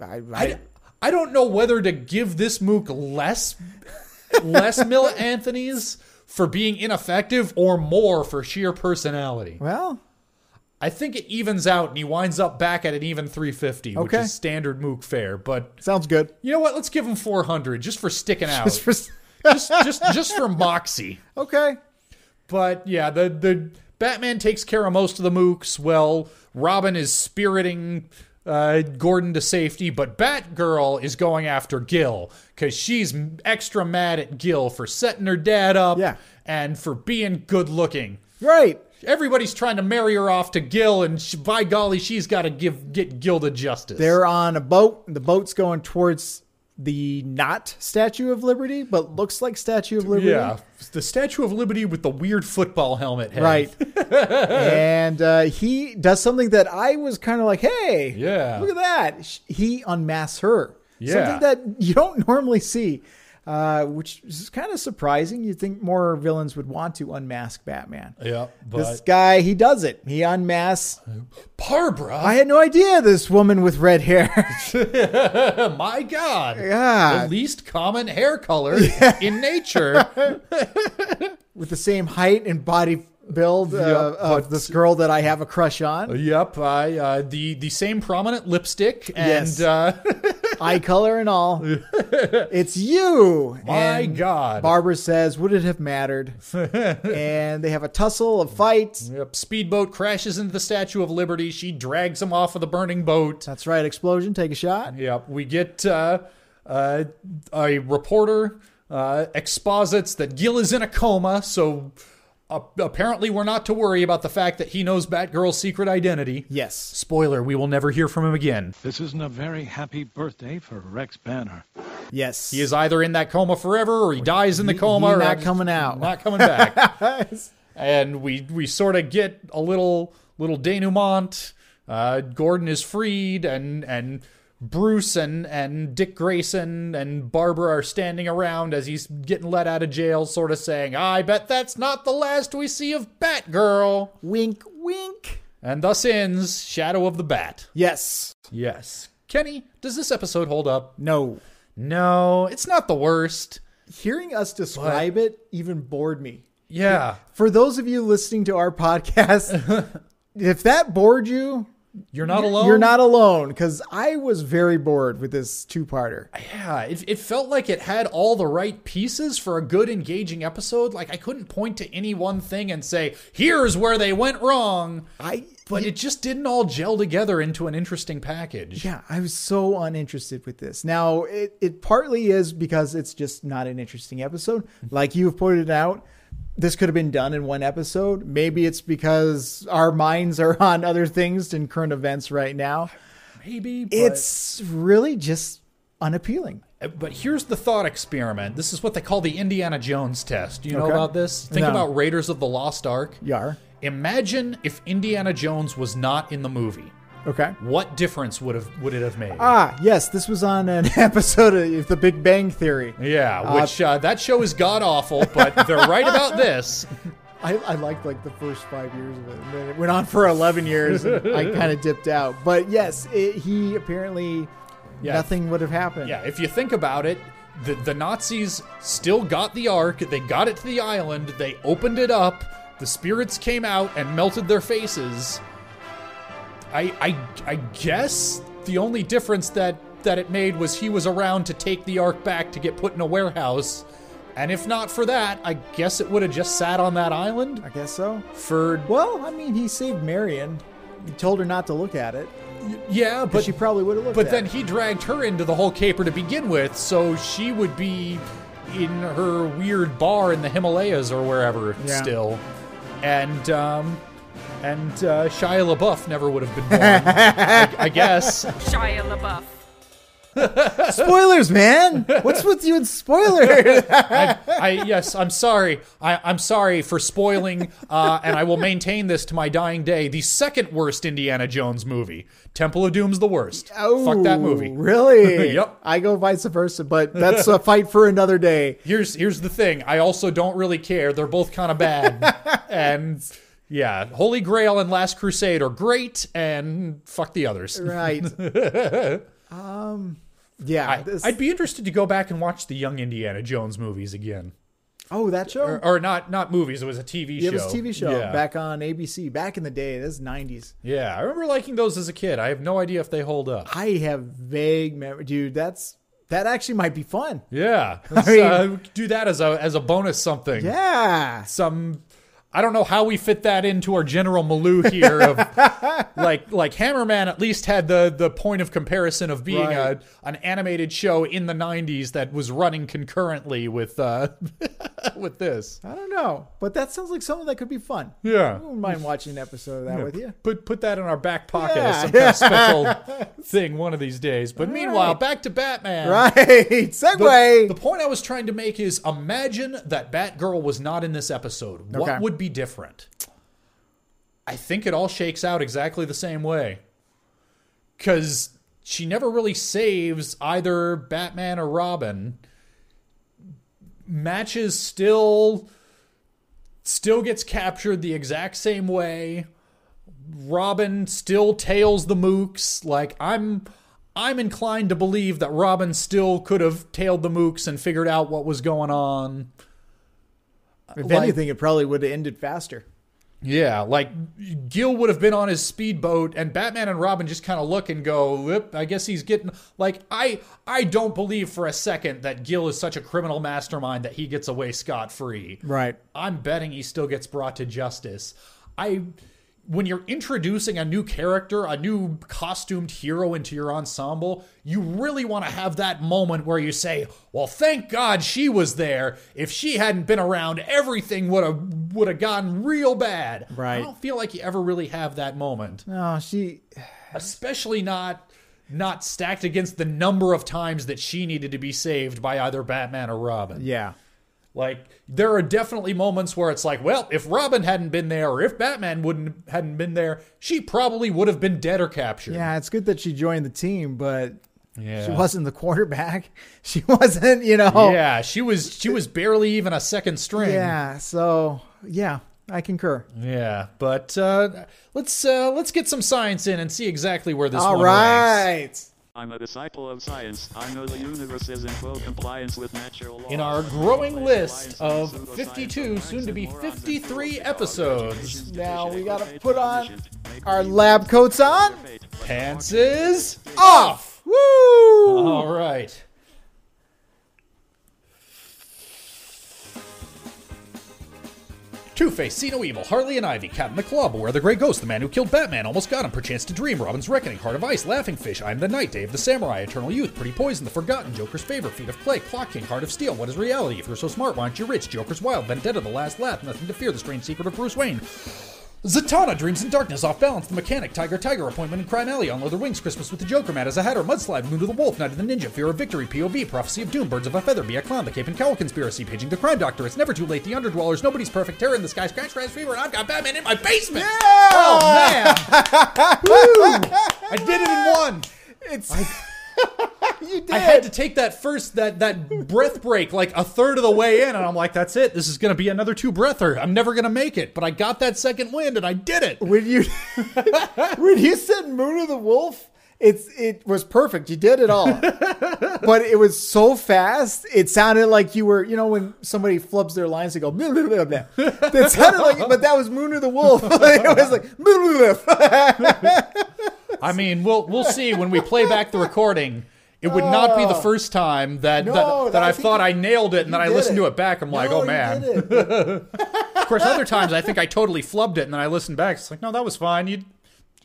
Speaker 2: I,
Speaker 1: I, I don't know whether to give this mook less
Speaker 2: (laughs)
Speaker 1: less Mila Anthony's for being ineffective or more for sheer personality.
Speaker 2: well,
Speaker 1: I think it evens out and he winds up back at an even 350, which
Speaker 2: Okay.
Speaker 1: is standard mook fare. But
Speaker 2: sounds good.
Speaker 1: you know what? Let's give him 400 just for sticking out.
Speaker 2: Just for,
Speaker 1: just, just just for moxie.
Speaker 2: (laughs) okay.
Speaker 1: But yeah, the the Batman takes care of most of the mooks. Well, Robin is spiriting uh, Gordon to safety, but Batgirl is going after Gil because she's m- extra mad at Gil for setting her dad up
Speaker 2: Yeah.
Speaker 1: and for being good looking.
Speaker 2: Right.
Speaker 1: Everybody's trying to marry her off to Gil, and sh by golly, she's got to give get Gil to justice.
Speaker 2: They're on a boat. and The boat's going towards the not Statue of Liberty, but looks like Statue of Liberty.
Speaker 1: yeah, the Statue of Liberty with the weird football helmet. Head. (laughs)
Speaker 2: Right. and uh, he does something that I was kind of like, hey,
Speaker 1: Yeah.
Speaker 2: look at that. Sh- He unmasks her.
Speaker 1: Yeah.
Speaker 2: Something that you don't normally see, uh, which is kind of surprising. You'd think more villains would want to unmask Batman.
Speaker 1: Yeah,
Speaker 2: This
Speaker 1: Uh, but
Speaker 2: guy, he does it. He unmasks. I
Speaker 1: Barbara,
Speaker 2: had no idea this woman with red hair. (laughs)
Speaker 1: my God, the
Speaker 2: yeah,
Speaker 1: least common hair color
Speaker 2: (laughs)
Speaker 1: in nature.
Speaker 2: with the same height and body build uh,
Speaker 1: Yep,
Speaker 2: of this girl that I have a
Speaker 1: (laughs)
Speaker 2: crush on,
Speaker 1: Yep, I uh, the the same prominent lipstick and
Speaker 2: Yes.
Speaker 1: uh,
Speaker 2: (laughs) eye color
Speaker 1: (laughs)
Speaker 2: and all. it's you.
Speaker 1: my
Speaker 2: And
Speaker 1: God,
Speaker 2: Barbara says, "Would it have
Speaker 1: (laughs)
Speaker 2: mattered?" and they have a tussle, a fight.
Speaker 1: yep. speedboat crashes into the Statue of Liberty. She drags him off of the burning boat.
Speaker 2: That's right, explosion. Take a shot.
Speaker 1: Yep, we get uh, uh, a reporter uh, exposits that Gil is in a coma, so uh, apparently we're not to worry about the fact that he knows Batgirl's secret identity.
Speaker 2: Yes.
Speaker 1: Spoiler: We will never hear from him again.
Speaker 4: This isn't a very happy birthday for Rex Banner.
Speaker 2: Yes.
Speaker 1: He is either in that coma forever, or he dies in the coma,
Speaker 2: he
Speaker 1: or
Speaker 2: not coming out.
Speaker 1: not coming
Speaker 2: (laughs)
Speaker 1: back. and we we sort of get a little little denouement. Uh, Gordon is freed, and and Bruce and and Dick Grayson and Barbara are standing around as he's getting let out of jail, sort of saying, "I bet that's not the last we see of Batgirl."
Speaker 2: Wink, wink.
Speaker 1: And thus ends Shadow of the Bat.
Speaker 2: Yes.
Speaker 1: Yes, Kenny, does this episode hold up?
Speaker 2: No.
Speaker 1: No, it's not the worst.
Speaker 2: Hearing us describe it even bored me.
Speaker 1: Yeah.
Speaker 2: For those of you listening to our podcast,
Speaker 1: (laughs)
Speaker 2: if that bored you,
Speaker 1: You're not alone.
Speaker 2: you're not alone because I was very bored with this two parter.
Speaker 1: Yeah, it, it felt like it had all the right pieces for a good, engaging episode. Like I couldn't point to any one thing and say, "Here's where they went wrong,"
Speaker 2: I,
Speaker 1: but it just didn't all gel together into an interesting package.
Speaker 2: yeah, I was so uninterested with this. Now, it, it partly is because it's just not an interesting episode. Like you've pointed out, this could have been done in one episode. Maybe it's because our minds are on other things than current events right now.
Speaker 1: Maybe but,
Speaker 2: It's really just unappealing.
Speaker 1: But here's the thought experiment. This is what they call the Indiana Jones test. Do you know
Speaker 2: Okay.
Speaker 1: about this? Think
Speaker 2: No.
Speaker 1: about Raiders of the Lost Ark.
Speaker 2: Yar.
Speaker 1: Imagine if Indiana Jones was not in the movie.
Speaker 2: Okay.
Speaker 1: What difference would have would it have made?
Speaker 2: Ah, yes, this was on an (laughs) episode of The Big Bang Theory.
Speaker 1: yeah, which uh, that show is god awful, but they're right about this.
Speaker 2: I, I liked like the first five years of it, and then it went on for eleven years. And
Speaker 1: (laughs)
Speaker 2: I kind of dipped out, but yes, it, he apparently
Speaker 1: Yeah.
Speaker 2: nothing would have happened.
Speaker 1: Yeah, if you think about it, the, the Nazis still got the Ark. They got it to the island. They opened it up. The spirits came out and melted their faces. I I, I guess the only difference that that it made was he was around to take the Ark back to get put in a warehouse. And if not for that, I guess it would have just sat on that island
Speaker 2: I guess so.
Speaker 1: for
Speaker 2: Well, I mean, he saved Marion. He told her not to look at it,
Speaker 1: yeah,
Speaker 2: but
Speaker 1: but
Speaker 2: she probably would have looked.
Speaker 1: But
Speaker 2: at
Speaker 1: then (laughs)
Speaker 2: it.
Speaker 1: he dragged her into the whole caper to begin with, so she would be in her weird bar in the Himalayas or wherever
Speaker 2: Yeah.
Speaker 1: still. And um, and uh, Shia LaBeouf never would have been born, I, I guess.
Speaker 5: Shia LaBeouf.
Speaker 2: spoilers, man. What's with you and spoilers?
Speaker 1: I yes, I'm sorry. I, I'm sorry for spoiling, uh, and I will maintain this to my dying day. The second worst Indiana Jones movie, Temple of Doom's the worst. (laughs) Fuck that
Speaker 2: Ooh,
Speaker 1: movie. (laughs)
Speaker 2: Really?
Speaker 1: Yep.
Speaker 2: I go vice versa, but that's a fight for another day.
Speaker 1: (laughs) here's here's the thing. I also don't really care. They're both kind of
Speaker 2: (laughs)
Speaker 1: bad. and yeah, Holy Grail and Last Crusade are great, and fuck the others. (laughs)
Speaker 2: Right. um. Yeah.
Speaker 1: I,
Speaker 2: this-
Speaker 1: would be interested to go back and watch the young Indiana Jones movies again,
Speaker 2: oh, that show.
Speaker 1: or, or not not movies. It was a TV
Speaker 2: Yeah,
Speaker 1: show.
Speaker 2: It was a TV show
Speaker 1: Yeah.
Speaker 2: back on ABC back in the day. That's nineties.
Speaker 1: Yeah, I remember liking those as a kid. I have no idea if they hold
Speaker 2: (laughs)
Speaker 1: up.
Speaker 2: I have vague memory, dude. That's that actually might be fun.
Speaker 1: Yeah, Let's,
Speaker 2: mean-
Speaker 1: uh, do that as a as a bonus something.
Speaker 2: Yeah,
Speaker 1: some I don't know how we fit that into our general Malou here
Speaker 2: (laughs)
Speaker 1: of like like Hammerman at least had the the point of comparison of being a
Speaker 2: Right.
Speaker 1: an animated show in the 90s that was running concurrently with uh (laughs) with this.
Speaker 2: I don't know, but that sounds like something that could be fun.
Speaker 1: Yeah.
Speaker 2: I wouldn't mind watching an episode of that with you.
Speaker 1: Put put that in our back pocket as
Speaker 2: Yeah.
Speaker 1: some kind of special thing one of these days. But meanwhile, back to Batman.
Speaker 2: (laughs) Right, (laughs) segue.
Speaker 1: The point I was trying to make is imagine that Batgirl was not in this episode. What
Speaker 2: Okay.
Speaker 1: would be different? I think it all shakes out exactly the same way. Because she never really saves either Batman or Robin. Matches still still gets captured the exact same way. Robin still tails the mooks. Like I'm I'm inclined to believe that Robin still could have tailed the mooks and figured out what was going on.
Speaker 2: If
Speaker 1: Like-
Speaker 2: anything, it probably would have ended faster.
Speaker 1: Yeah, like Gil would have been on his speedboat, and Batman and Robin just kind of look and go, "Whoop, I guess he's getting." Like, I I don't believe for a second that Gil is such a criminal mastermind that he gets away scot free.
Speaker 2: Right.
Speaker 1: I'm betting he still gets brought to justice. I when you're introducing a new character, a new costumed hero into your ensemble, you really want to have that moment where you say, "Well, thank God she was there. If she hadn't been around, everything would have would have gotten real bad."
Speaker 2: Right.
Speaker 1: I don't feel like you ever really have that moment,
Speaker 2: No, Oh, she.
Speaker 1: especially not not stacked against the number of times that she needed to be saved by either Batman or Robin.
Speaker 2: Yeah.
Speaker 1: Like there are definitely moments where it's like, well, if Robin hadn't been there or if Batman wouldn't hadn't been there, she probably would have been dead or captured.
Speaker 2: Yeah, it's good that she joined the team, but
Speaker 1: Yeah.
Speaker 2: she wasn't the quarterback. (laughs) She wasn't, you know.
Speaker 1: Yeah, she was she was barely even a second string.
Speaker 2: Oh. Yeah, So yeah, I concur.
Speaker 1: Yeah, but uh, let's uh, let's get some science in and see exactly where this
Speaker 2: All
Speaker 1: one ranks.
Speaker 2: right.
Speaker 5: I'm a disciple of science. I know the universe is in full compliance with natural laws.
Speaker 1: In our growing list of 52, soon to be 53 episodes,
Speaker 2: Now we gotta put on our lab coats on.
Speaker 1: pants is off.
Speaker 2: Woo!
Speaker 1: All right. Two Face, See No Evil, Harley and Ivy, Cat in the Club, Where the Grey Ghost, The Man Who Killed Batman, Almost Got Him, Perchance to Dream, Robin's Reckoning, Heart of Ice, Laughing Fish, I'm the Knight, Day of the Samurai, Eternal Youth, Pretty Poison, The Forgotten, Joker's Favor, Feet of Clay, Clock King, Heart of Steel, What is Reality, If You're So Smart, Why Aren't You Rich, Joker's Wild, Vendetta, The Last Laugh, Nothing to Fear, The Strange Secret of Bruce Wayne, Zatanna, Dreams in Darkness, Off Balance, The Mechanic, Tiger Tiger, Appointment in Crime Alley, On Leather Wings, Christmas with the Joker, Mad as a Hatter, Mudslide, Moon of the Wolf, Night of the Ninja, Fear of Victory, POV, Prophecy of Doom, Birds of a Feather, Be a Clown, The Cape and Cowl Conspiracy, Paging the Crime Doctor, It's Never Too Late, The Underdwellers, Nobody's Perfect, Terror in the Sky, Scratch Rise Fever, and I've got Batman in my basement! Yeah! I did it in one!
Speaker 2: It's
Speaker 1: (laughs)
Speaker 2: you did.
Speaker 1: I had to take that first, that that breath break like a third of the way in, and I'm like, that's it, this is gonna be another two-breather, I'm never gonna make it, but I got that second wind, and I did it!
Speaker 2: when you (laughs) when you said Moon of the Wolf, it's it was perfect. You did
Speaker 1: (laughs)
Speaker 2: it all, but it was so fast. It sounded like you were you know when somebody flubs their lines, they go blah, blah, blah, blah. That sounded like, but that was Moon of the Wolf. (laughs) it was like blah, blah, blah.
Speaker 1: I mean, we'll we'll see when we play back the recording. It would not be the first time that
Speaker 2: Oh. No,
Speaker 1: that, that I
Speaker 2: I think
Speaker 1: thought
Speaker 2: you-
Speaker 1: I nailed it, and then I
Speaker 2: did
Speaker 1: listened
Speaker 2: it.
Speaker 1: to it back. I'm like,
Speaker 2: No,
Speaker 1: oh
Speaker 2: you
Speaker 1: man.
Speaker 2: did it.
Speaker 1: Of course, other times I think I totally flubbed it, and then I listened back. It's like, no, that was fine. You,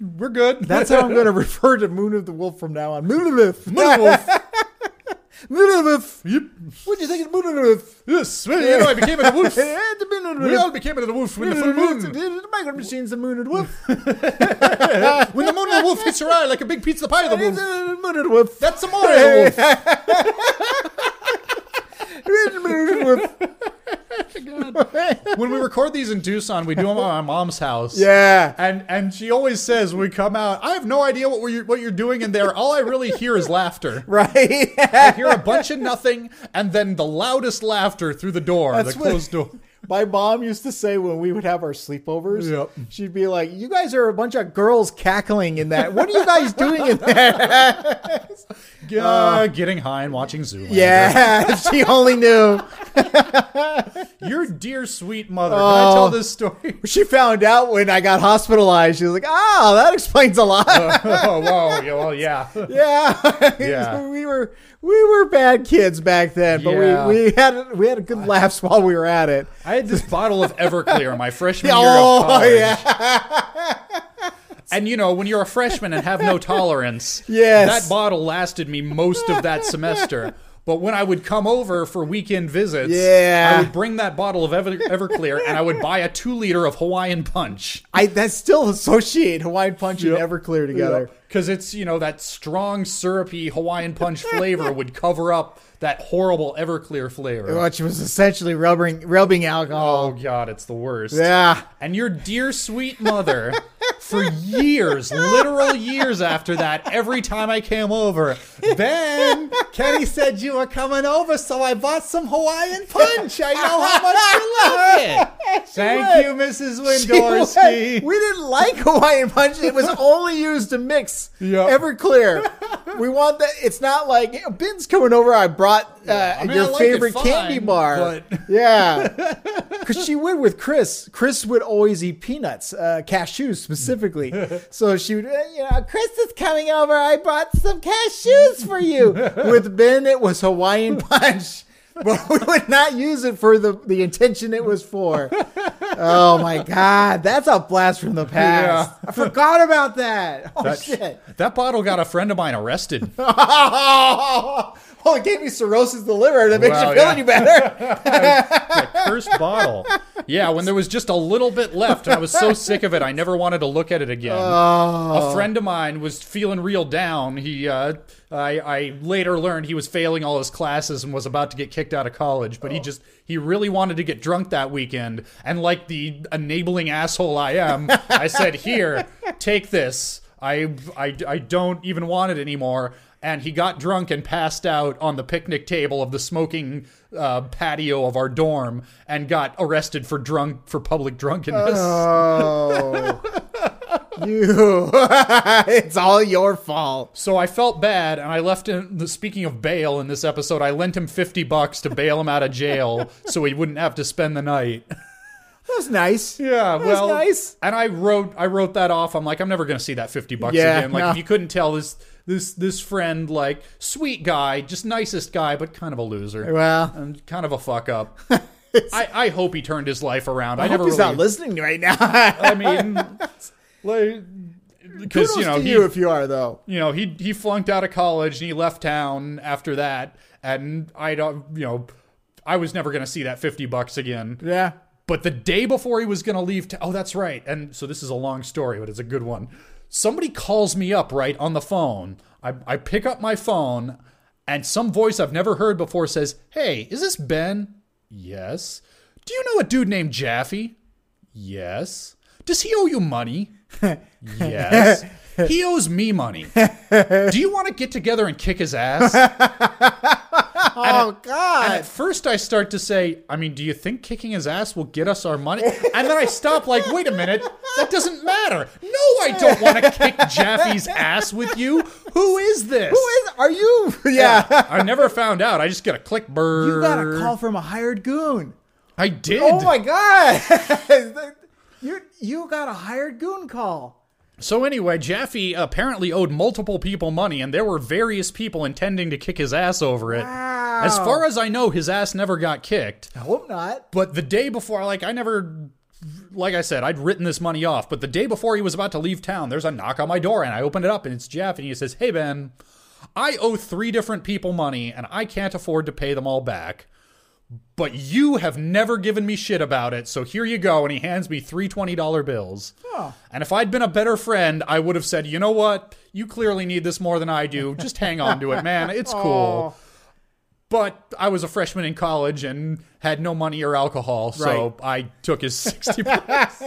Speaker 1: we're good.
Speaker 2: That's how I'm going to refer to Moon of the Wolf from now on. Moon of the Wolf.
Speaker 1: Moon of the Wolf.
Speaker 2: (laughs) Moon of the Wolf.
Speaker 1: Yep.
Speaker 2: What do you think of Moon of the Wolf?
Speaker 1: Yes, well, (laughs) you know, I became a
Speaker 2: (laughs)
Speaker 1: wolf.
Speaker 2: Eh, the Moon of the
Speaker 1: We all
Speaker 2: Wolf.
Speaker 1: became a wolf when the full
Speaker 2: (laughs)
Speaker 1: moon,
Speaker 2: The micro machines, the Moon of
Speaker 1: (laughs)
Speaker 2: the Wolf.
Speaker 1: when the moon of the wolf hits your eye like a big pizza pie of the wolf.
Speaker 2: The Moon of the
Speaker 1: (laughs)
Speaker 2: Wolf.
Speaker 1: That's some more of the wolf.
Speaker 2: The Moon of the Wolf.
Speaker 1: when we record these in Tucson, we do them at my mom's house.
Speaker 2: Yeah.
Speaker 1: And and she always says when we come out, I have no idea what we're what you're doing in there. All I really hear is
Speaker 2: (laughs)
Speaker 1: laughter.
Speaker 2: Right?
Speaker 1: I hear a bunch of nothing, and then the loudest laughter through the door,
Speaker 2: That's
Speaker 1: the
Speaker 2: what-
Speaker 1: closed
Speaker 2: (laughs)
Speaker 1: door.
Speaker 2: My mom used to say when we would have our sleepovers,
Speaker 1: Yep.
Speaker 2: she'd be like, You guys are a bunch of girls cackling in that. What are you guys doing in there?
Speaker 1: Uh, getting high and watching Zoolander.
Speaker 2: (laughs) yeah, (laughs) if she only knew.
Speaker 1: your dear sweet mother. Can I tell
Speaker 2: Oh.
Speaker 1: this story? (laughs)
Speaker 2: She found out when I got hospitalized. She was like, "Oh, that explains a lot."
Speaker 1: oh, whoa, yeah, well, yeah.
Speaker 2: (laughs) yeah, (laughs)
Speaker 1: Yeah.
Speaker 2: we were we were bad kids back then, but
Speaker 1: Yeah.
Speaker 2: we, we had we had good laughs while we were at it.
Speaker 1: I had this bottle of Everclear my freshman year
Speaker 2: Oh,
Speaker 1: of college.
Speaker 2: yeah.
Speaker 1: And you know, when you're a freshman and have
Speaker 2: (laughs)
Speaker 1: no tolerance,
Speaker 2: Yes.
Speaker 1: that bottle lasted me most of that semester. But when I would come over for weekend visits,
Speaker 2: Yeah.
Speaker 1: I would bring that bottle of Ever- Everclear and I would buy a two liter of Hawaiian Punch.
Speaker 2: I that still associate Hawaiian Punch
Speaker 1: Yep.
Speaker 2: and Everclear together.
Speaker 1: Because it's, you know, that strong, syrupy Hawaiian Punch flavor would cover up that horrible Everclear flavor.
Speaker 2: Which was essentially rubbing rubbing alcohol.
Speaker 1: Oh, God, it's the worst.
Speaker 2: Yeah,
Speaker 1: And your dear sweet mother for years, literal years after that, every time I came over. Ben, Kenny said you were coming over, so I bought some Hawaiian punch. I know how much you love it. Thank you, Mrs.
Speaker 2: Hey,
Speaker 1: Windorski.
Speaker 2: we didn't like Hawaiian Punch.
Speaker 1: (laughs)
Speaker 2: It was only used to mix
Speaker 1: Yeah.
Speaker 2: Everclear. We want that. It's not like "Hey, Ben's coming over. I brought uh,
Speaker 1: I mean,
Speaker 2: your
Speaker 1: I like it
Speaker 2: favorite
Speaker 1: fine,
Speaker 2: candy bar.
Speaker 1: but-
Speaker 2: (laughs) Yeah,
Speaker 1: (laughs)
Speaker 2: because she would with Chris. Chris would always eat peanuts, uh, cashews
Speaker 1: (laughs)
Speaker 2: specifically. so she would, uh, you know, Chris is coming over. I brought some cashews
Speaker 1: (laughs)
Speaker 2: for you. with Ben, it was Hawaiian (laughs) Punch. But we would not use it for the, the intention it was for. Oh my god, that's a blast from the past. I forgot about that. Oh shit.
Speaker 1: That bottle got a friend of mine arrested.
Speaker 2: (laughs) Oh, it gave me cirrhosis of the liver that makes
Speaker 1: Wow,
Speaker 2: you feel
Speaker 1: yeah.
Speaker 2: any better.
Speaker 1: First bottle. Yeah, when there was just a little bit left, and I was so sick of it, I never wanted to look at it again. A friend of mine was feeling real down. He, uh, I, I later learned he was failing all his classes and was about to get kicked out of college. But he just, he really wanted to get drunk that weekend. And like the enabling asshole I am, I said, "Here, take this. I, I, I don't even want it anymore." and he got drunk and passed out on the picnic table of the smoking uh, patio of our dorm and got arrested for drunk for public drunkenness.
Speaker 2: (laughs) Oh. you. (laughs) it's all your fault.
Speaker 1: so I felt bad, and I left him. Speaking of bail in this episode, I lent him fifty bucks to bail him out of
Speaker 2: (laughs)
Speaker 1: jail, so he wouldn't have to spend the night.
Speaker 2: That was nice.
Speaker 1: Yeah,
Speaker 2: That was
Speaker 1: well,
Speaker 2: nice.
Speaker 1: And I wrote, I wrote that off. I'm like, I'm never gonna see that fifty bucks
Speaker 2: Yeah,
Speaker 1: again. Like,
Speaker 2: no.
Speaker 1: if you couldn't tell this, this, this friend, like, sweet guy, just nicest guy, but kind of a loser.
Speaker 2: Well,
Speaker 1: and kind of a fuck
Speaker 2: (laughs)
Speaker 1: up. I, I hope he turned his life around. I,
Speaker 2: I hope
Speaker 1: never
Speaker 2: he's
Speaker 1: really,
Speaker 2: not listening right (laughs) now.
Speaker 1: I mean, like, because
Speaker 2: Kudos
Speaker 1: you know
Speaker 2: to
Speaker 1: he,
Speaker 2: you if you are though.
Speaker 1: you know he he flunked out of college and he left town after that, and I don't you know I was never gonna see that fifty bucks again.
Speaker 2: Yeah.
Speaker 1: But the day before he was going to leave, to- oh, that's right. And so this is a long story, but it's a good one. Somebody calls me up, right, on the phone. I, I pick up my phone, and some voice I've never heard before says, Hey, is this Ben? Yes. Do you know a dude named Jaffe? Yes. Does he owe you money? Yes. He owes me money. Do you want to get together and kick his ass?
Speaker 2: Oh
Speaker 1: And
Speaker 2: god.
Speaker 1: at first, I start to say, I mean, do you think kicking his ass will get us our money? And then I stop, like, wait a minute, that doesn't matter. No, I don't want to kick Jaffe's ass with you. Who is this?
Speaker 2: Who is are you? (laughs) Yeah.
Speaker 1: I never found out. I just get a click burr.
Speaker 2: You got a call from a hired goon.
Speaker 1: I did.
Speaker 2: Oh my god! (laughs) you you got a hired goon call.
Speaker 1: So anyway, Jaffe apparently owed multiple people money, and there were various people intending to kick his ass over it.
Speaker 2: Wow.
Speaker 1: As far as I know, his ass never got kicked.
Speaker 2: I hope not.
Speaker 1: But the day before, like I never, like I said, I'd written this money off. But the day before he was about to leave town, there's a knock on my door, and I open it up, and it's Jeff, and he says, "Hey Ben, I owe three different people money, and I can't afford to pay them all back." But you have never given me shit about it, so here you go. And he hands me three $20 bills. And if I'd been a better friend, I would have said, you know what? You clearly need this more than I do. Just hang on to it, man. It's cool but I was a freshman in college and had no money or alcohol, so I took
Speaker 2: (laughs)
Speaker 1: his sixty bucks.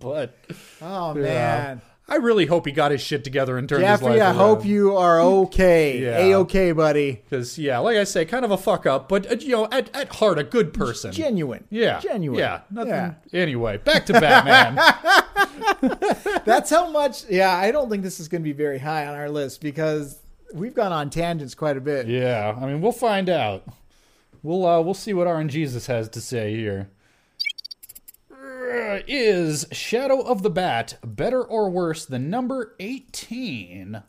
Speaker 1: but
Speaker 2: Oh man,
Speaker 1: I really hope he got his shit together and turned his life
Speaker 2: Jeffrey, I
Speaker 1: around.
Speaker 2: hope you are okay,
Speaker 1: Yeah.
Speaker 2: a okay, buddy.
Speaker 1: because yeah, like I say, kind of a fuck up, but uh, you know, at, at heart, a good person.
Speaker 2: Genuine,
Speaker 1: yeah,
Speaker 2: genuine.
Speaker 1: Yeah, nothing.
Speaker 2: Yeah.
Speaker 1: Anyway, back to
Speaker 2: (laughs)
Speaker 1: Batman.
Speaker 2: That's how much. Yeah, I don't think this is going to be very high on our list because we've gone on tangents quite a bit.
Speaker 1: yeah, I mean, we'll find out. We'll uh, we'll see what RNGesus Jesus has to say here. Uh, Is Shadow of the Bat better or worse than number 18?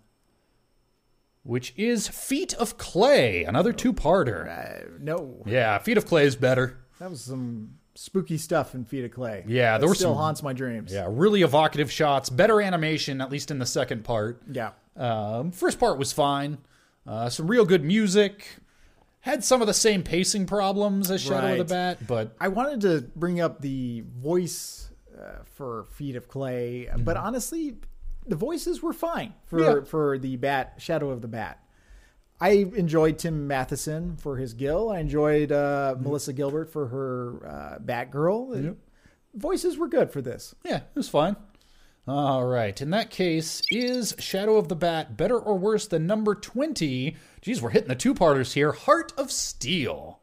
Speaker 1: Which is Feet of Clay, another two parter.
Speaker 2: No,
Speaker 1: Yeah, Feet of Clay is better.
Speaker 2: that was some spooky stuff in Feet of Clay.
Speaker 1: Yeah,
Speaker 2: That
Speaker 1: there were
Speaker 2: still
Speaker 1: some-
Speaker 2: haunts my dreams.
Speaker 1: Yeah, really evocative shots, better animation, at least in the second part.
Speaker 2: yeah.
Speaker 1: Um, first part was fine. Uh, some real good music. Had some of the same pacing problems as Shadow of
Speaker 2: Right.
Speaker 1: the Bat, but
Speaker 2: I wanted to bring up the voice uh, for Feet of Clay, uh, but honestly, the voices were fine for
Speaker 1: Mm-hmm. Yeah.
Speaker 2: for the Bat Shadow of the Bat. I enjoyed Tim Matheson for his Gill. I enjoyed uh,
Speaker 1: Mm-hmm.
Speaker 2: Melissa Gilbert for her uh, Batgirl. Uh, Voices were good for this.
Speaker 1: yeah, it was fine. All right. In that case, is Shadow of the Bat better or worse than number 20? Geez, we're hitting the two parters here. Heart of Steel.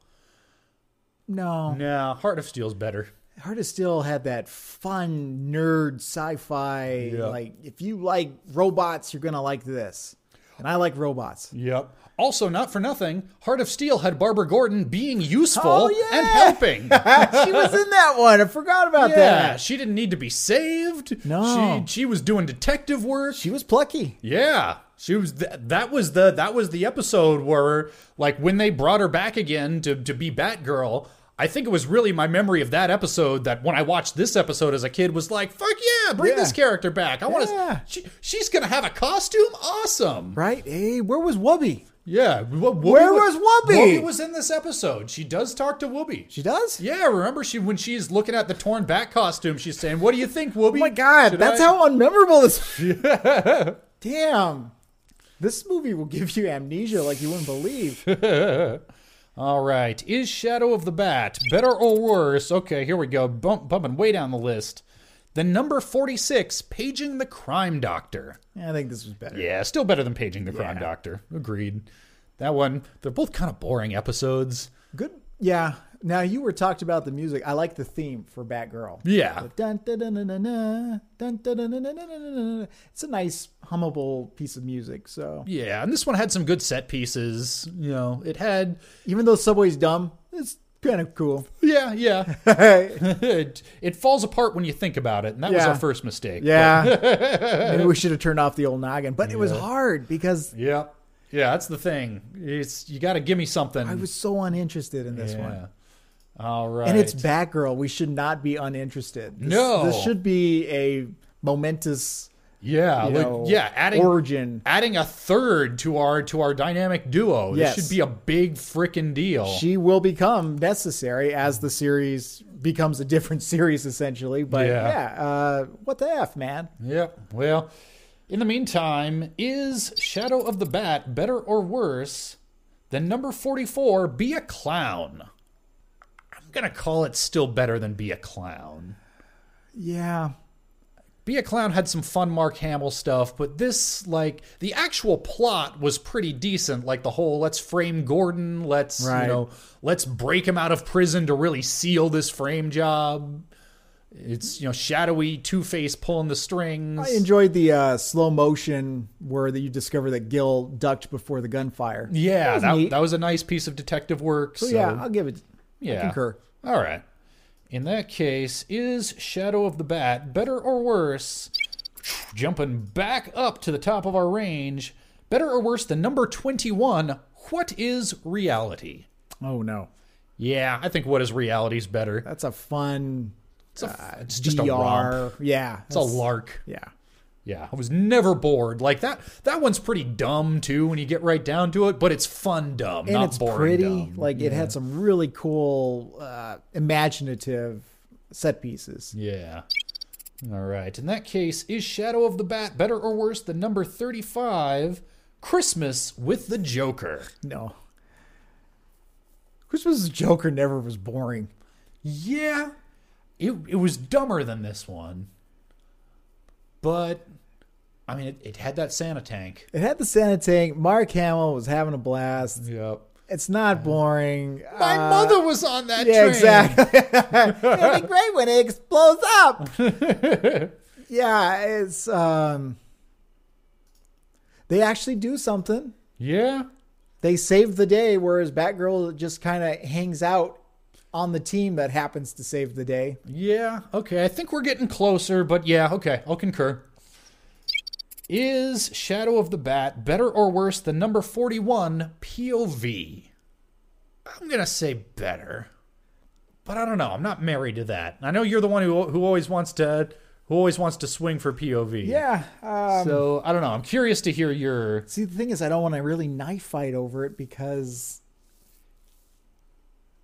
Speaker 2: No.
Speaker 1: Nah, Heart of Steel's better.
Speaker 2: Heart of Steel had that fun nerd sci-fi.
Speaker 1: Yeah.
Speaker 2: Like, if you like robots, you're gonna like this. And I like robots.
Speaker 1: Yep. Also, not for nothing, Heart of Steel had Barbara Gordon being useful
Speaker 2: Oh, yeah!
Speaker 1: and
Speaker 2: (laughs)
Speaker 1: helping.
Speaker 2: (laughs) she was in that one. I forgot about
Speaker 1: yeah,
Speaker 2: that.
Speaker 1: she didn't need to be saved.
Speaker 2: No.
Speaker 1: she she was doing detective work.
Speaker 2: She was plucky.
Speaker 1: Yeah, she was. Th- that was the that was the episode where, like, when they brought her back again to to be Batgirl. I think it was really my memory of that episode that when I watched this episode as a kid was like, "Fuck yeah, bring
Speaker 2: Yeah.
Speaker 1: this character back! I want to.
Speaker 2: Yeah.
Speaker 1: She, she's gonna have a costume, awesome!
Speaker 2: Right? Hey, where was Wubby?
Speaker 1: Yeah. Wo- Whoopi
Speaker 2: Where
Speaker 1: wa-
Speaker 2: was Whoopi?
Speaker 1: Whoopi was in this episode. She does talk to Whoopi.
Speaker 2: She does?
Speaker 1: yeah, remember she when she's looking at the torn bat costume, she's saying, "What do you think, Whoopi?"
Speaker 2: Oh my god,
Speaker 1: Should
Speaker 2: that's
Speaker 1: I-"
Speaker 2: how unmemorable this
Speaker 1: (laughs)
Speaker 2: (laughs) Damn. This movie will give you amnesia like you wouldn't
Speaker 1: (laughs)
Speaker 2: believe.
Speaker 1: All right, is Shadow of the Bat better or worse? Okay, here we go, bump, bumping way down the list. The number forty-six, Paging the Crime Doctor.
Speaker 2: I think this was better.
Speaker 1: Yeah, still better than Paging the Crime
Speaker 2: Yeah.
Speaker 1: Doctor. Agreed. That one. They're both kind of boring episodes.
Speaker 2: Good. Yeah. Now you were talked about the music. I like the theme for Batgirl.
Speaker 1: Yeah.
Speaker 2: Dun, dun, dun, dun, dun, dun, dun, dun, dun, dun, dun, dun, dun, dun. It's a nice hummable piece of music. So
Speaker 1: Yeah, and this one had some good set pieces. You know, it had
Speaker 2: even though Subway's dumb, it's kind
Speaker 1: (laughs)
Speaker 2: of cool. (laughs)
Speaker 1: Yeah, yeah.
Speaker 2: yeah.
Speaker 1: it, it falls apart when you think about it, and that was
Speaker 2: Yeah.
Speaker 1: our first mistake. (laughs)
Speaker 2: Maybe we should have turned off the old noggin, but it was hard because
Speaker 1: yeah, yeah. That's the thing. It's you got to give me something.
Speaker 2: I was so uninterested in this
Speaker 1: yeah.
Speaker 2: one.
Speaker 1: All right,
Speaker 2: And it's Batgirl. We should not be uninterested. This,
Speaker 1: No.
Speaker 2: This should be a momentous
Speaker 1: yeah,
Speaker 2: you
Speaker 1: like-
Speaker 2: know,
Speaker 1: yeah. Adding
Speaker 2: origin.
Speaker 1: adding a third to our to our dynamic duo.
Speaker 2: Yes.
Speaker 1: This should be a big freaking deal.
Speaker 2: She will become necessary as the series becomes a different (laughs) series, essentially. But
Speaker 1: Yeah.
Speaker 2: yeah, uh, what the F, man?
Speaker 1: Yep. Well, in the meantime, is Shadow of the Bat better or worse than number 44, Be a Clown? I'm going to call it still better than Be a Clown.
Speaker 2: Yeah.
Speaker 1: Be a Clown had some fun Mark Hamill stuff, but this, like, the actual plot was pretty decent. Like the whole let's frame Gordon, let's, you
Speaker 2: Right.
Speaker 1: know, let's break him out of prison to really seal this frame job. It's, you know, shadowy Two Face pulling the strings.
Speaker 2: I enjoyed the uh, slow motion where that you discover that Gil ducked before the gunfire.
Speaker 1: Yeah, that
Speaker 2: was
Speaker 1: was, that,
Speaker 2: neat.
Speaker 1: was a nice piece of detective work. So,
Speaker 2: So, yeah, I'll give it.
Speaker 1: yeah.
Speaker 2: concur.
Speaker 1: All right. In that case, is Shadow of the Bat better or worse? Jumping back up to the top of our range, better or worse than number 21, What is Reality?
Speaker 2: Oh no,
Speaker 1: Yeah, I think What is Reality is better.
Speaker 2: that's a fun
Speaker 1: It's, a, it's just a romp.
Speaker 2: DR. yeah,
Speaker 1: It's a lark.
Speaker 2: Yeah,
Speaker 1: Yeah, I was never bored. Like that that one's pretty dumb too when you get right down to it, but it's fun dumb,
Speaker 2: and
Speaker 1: not
Speaker 2: it's
Speaker 1: boring
Speaker 2: pretty.
Speaker 1: dumb.
Speaker 2: Like it had some really cool, uh, imaginative set pieces.
Speaker 1: Yeah. All right. In that case, is Shadow of the Bat better or worse than number 35, Christmas with the Joker?
Speaker 2: No, Christmas Joker never was boring.
Speaker 1: Yeah. It, it was dumber than this one. But, I mean, it, it had that Santa tank.
Speaker 2: It had the Santa tank. Mark Hamill was having a blast.
Speaker 1: Yep.
Speaker 2: It's not boring.
Speaker 1: My
Speaker 2: Uh,
Speaker 1: mother was on that
Speaker 2: Yeah,
Speaker 1: train.
Speaker 2: exactly. It'll be great when it explodes up. yeah, it's um they actually do something.
Speaker 1: Yeah.
Speaker 2: They save the day, whereas Batgirl just kind of hangs out on the team that happens to save the day.
Speaker 1: Yeah. Okay. I think we're getting closer, but yeah, okay. I'll concur. Is Shadow of the Bat better or worse than number 41 POV? I'm going to say better. But I don't know. I'm not married to that. I know you're the one who who always wants to who always wants to swing for POV.
Speaker 2: Yeah. Um,
Speaker 1: So, I don't know. I'm curious to hear your
Speaker 2: see, the thing is, I don't want to really knife fight over it because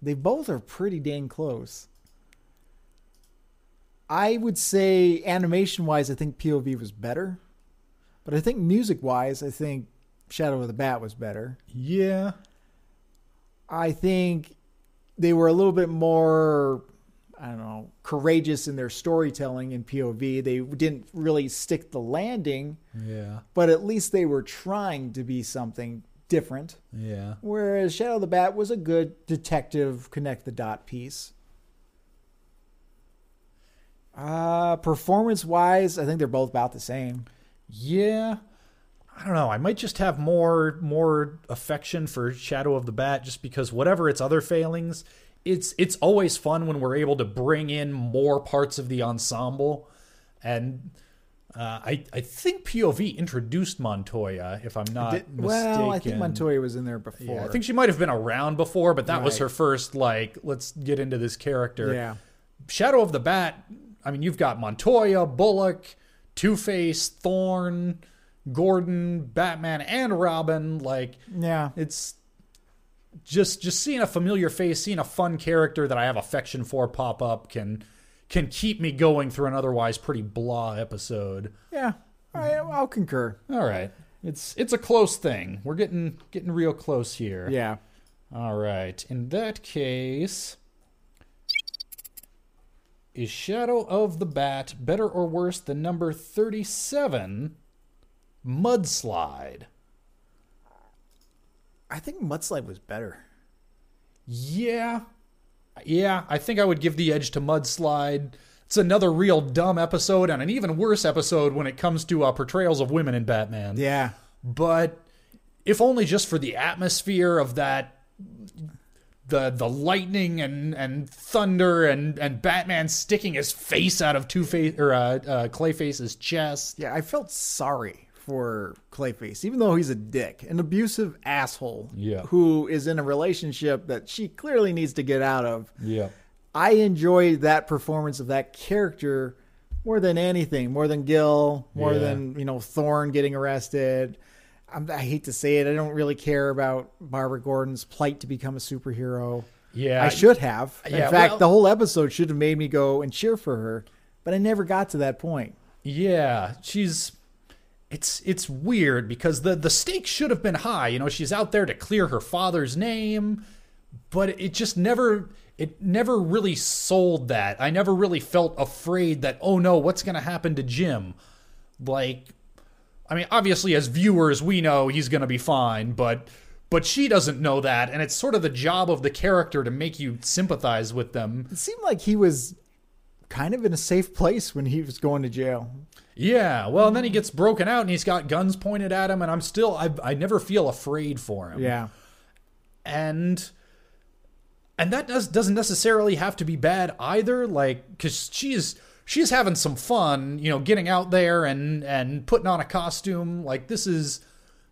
Speaker 2: they both are pretty dang close. I would say animation wise, I think POV was better, but I think music wise, I think Shadow of the Bat was better.
Speaker 1: Yeah.
Speaker 2: I think they were a little bit more I don't know, courageous in their storytelling in POV. They didn't really stick the landing,
Speaker 1: Yeah.
Speaker 2: but at least they were trying to be something different.
Speaker 1: Yeah.
Speaker 2: Whereas Shadow the Bat was a good detective connect the dot piece. Uh, performance wise, I think they're both about the same.
Speaker 1: Yeah. I don't know. I might just have more more affection for Shadow of the Bat just because whatever its other failings, it's it's always fun when we're able to bring in more parts of the ensemble. And uh, I I think POV introduced Montoya, if I'm not mistaken.
Speaker 2: Well, I think Montoya was in there before.
Speaker 1: Yeah, I think she might have been around before, but that was
Speaker 2: Right.
Speaker 1: her first like let's get into this character.
Speaker 2: Yeah.
Speaker 1: Shadow of the Bat, I mean, you've got Montoya, Bullock, Two Face, Thorn, Gordon, Batman, and Robin. Like,
Speaker 2: Yeah.
Speaker 1: it's just just seeing a familiar face, seeing a fun character that I have affection for pop up can can keep me going through an otherwise pretty blah episode.
Speaker 2: Yeah. I, I'll concur.
Speaker 1: All right. It's it's a close thing. We're getting getting real close here.
Speaker 2: Yeah.
Speaker 1: All right. In that case, is Shadow of the Bat better or worse than number 37, Mudslide?
Speaker 2: I think Mudslide was better.
Speaker 1: Yeah. Yeah, I think I would give the edge to Mudslide. It's another real dumb episode and an even worse episode when it comes to uh, portrayals of women in Batman.
Speaker 2: Yeah.
Speaker 1: but if only just for the atmosphere of that the the lightning and and thunder and and Batman sticking his face out of Two Face or uh, uh, Clayface's chest.
Speaker 2: Yeah. I felt sorry for Clayface, even though he's a dick, an abusive asshole
Speaker 1: Yeah.
Speaker 2: who is in a relationship that she clearly needs to get out of.
Speaker 1: Yeah.
Speaker 2: I enjoy that performance of that character more than anything, more than Gil, more
Speaker 1: Yeah.
Speaker 2: than you know Thorne getting arrested. I'm, I hate to say it, I don't really care about Barbara Gordon's plight to become a superhero.
Speaker 1: Yeah.
Speaker 2: I should have. In
Speaker 1: Yeah,
Speaker 2: fact,
Speaker 1: well-
Speaker 2: the whole episode should have made me go and cheer for her, but I never got to that point.
Speaker 1: Yeah, she's it's it's weird because the the stakes should have been high. You know, she's out there to clear her father's name, but it just never it never really sold that. I never really felt afraid that oh no, what's going to happen to Jim? Like I mean, obviously as viewers we know he's going to be fine, but but she doesn't know that and it's sort of the job of the character to make you sympathize with them.
Speaker 2: It seemed like he was kind of in a safe place when he was going to jail.
Speaker 1: Yeah, well, and then he gets broken out, and he's got guns pointed at him, and I'm still, I, I never feel afraid for him.
Speaker 2: Yeah.
Speaker 1: and and that does doesn't necessarily have to be bad either. Like, because she's she's having some fun, you know, getting out there and and putting on a costume. Like, this is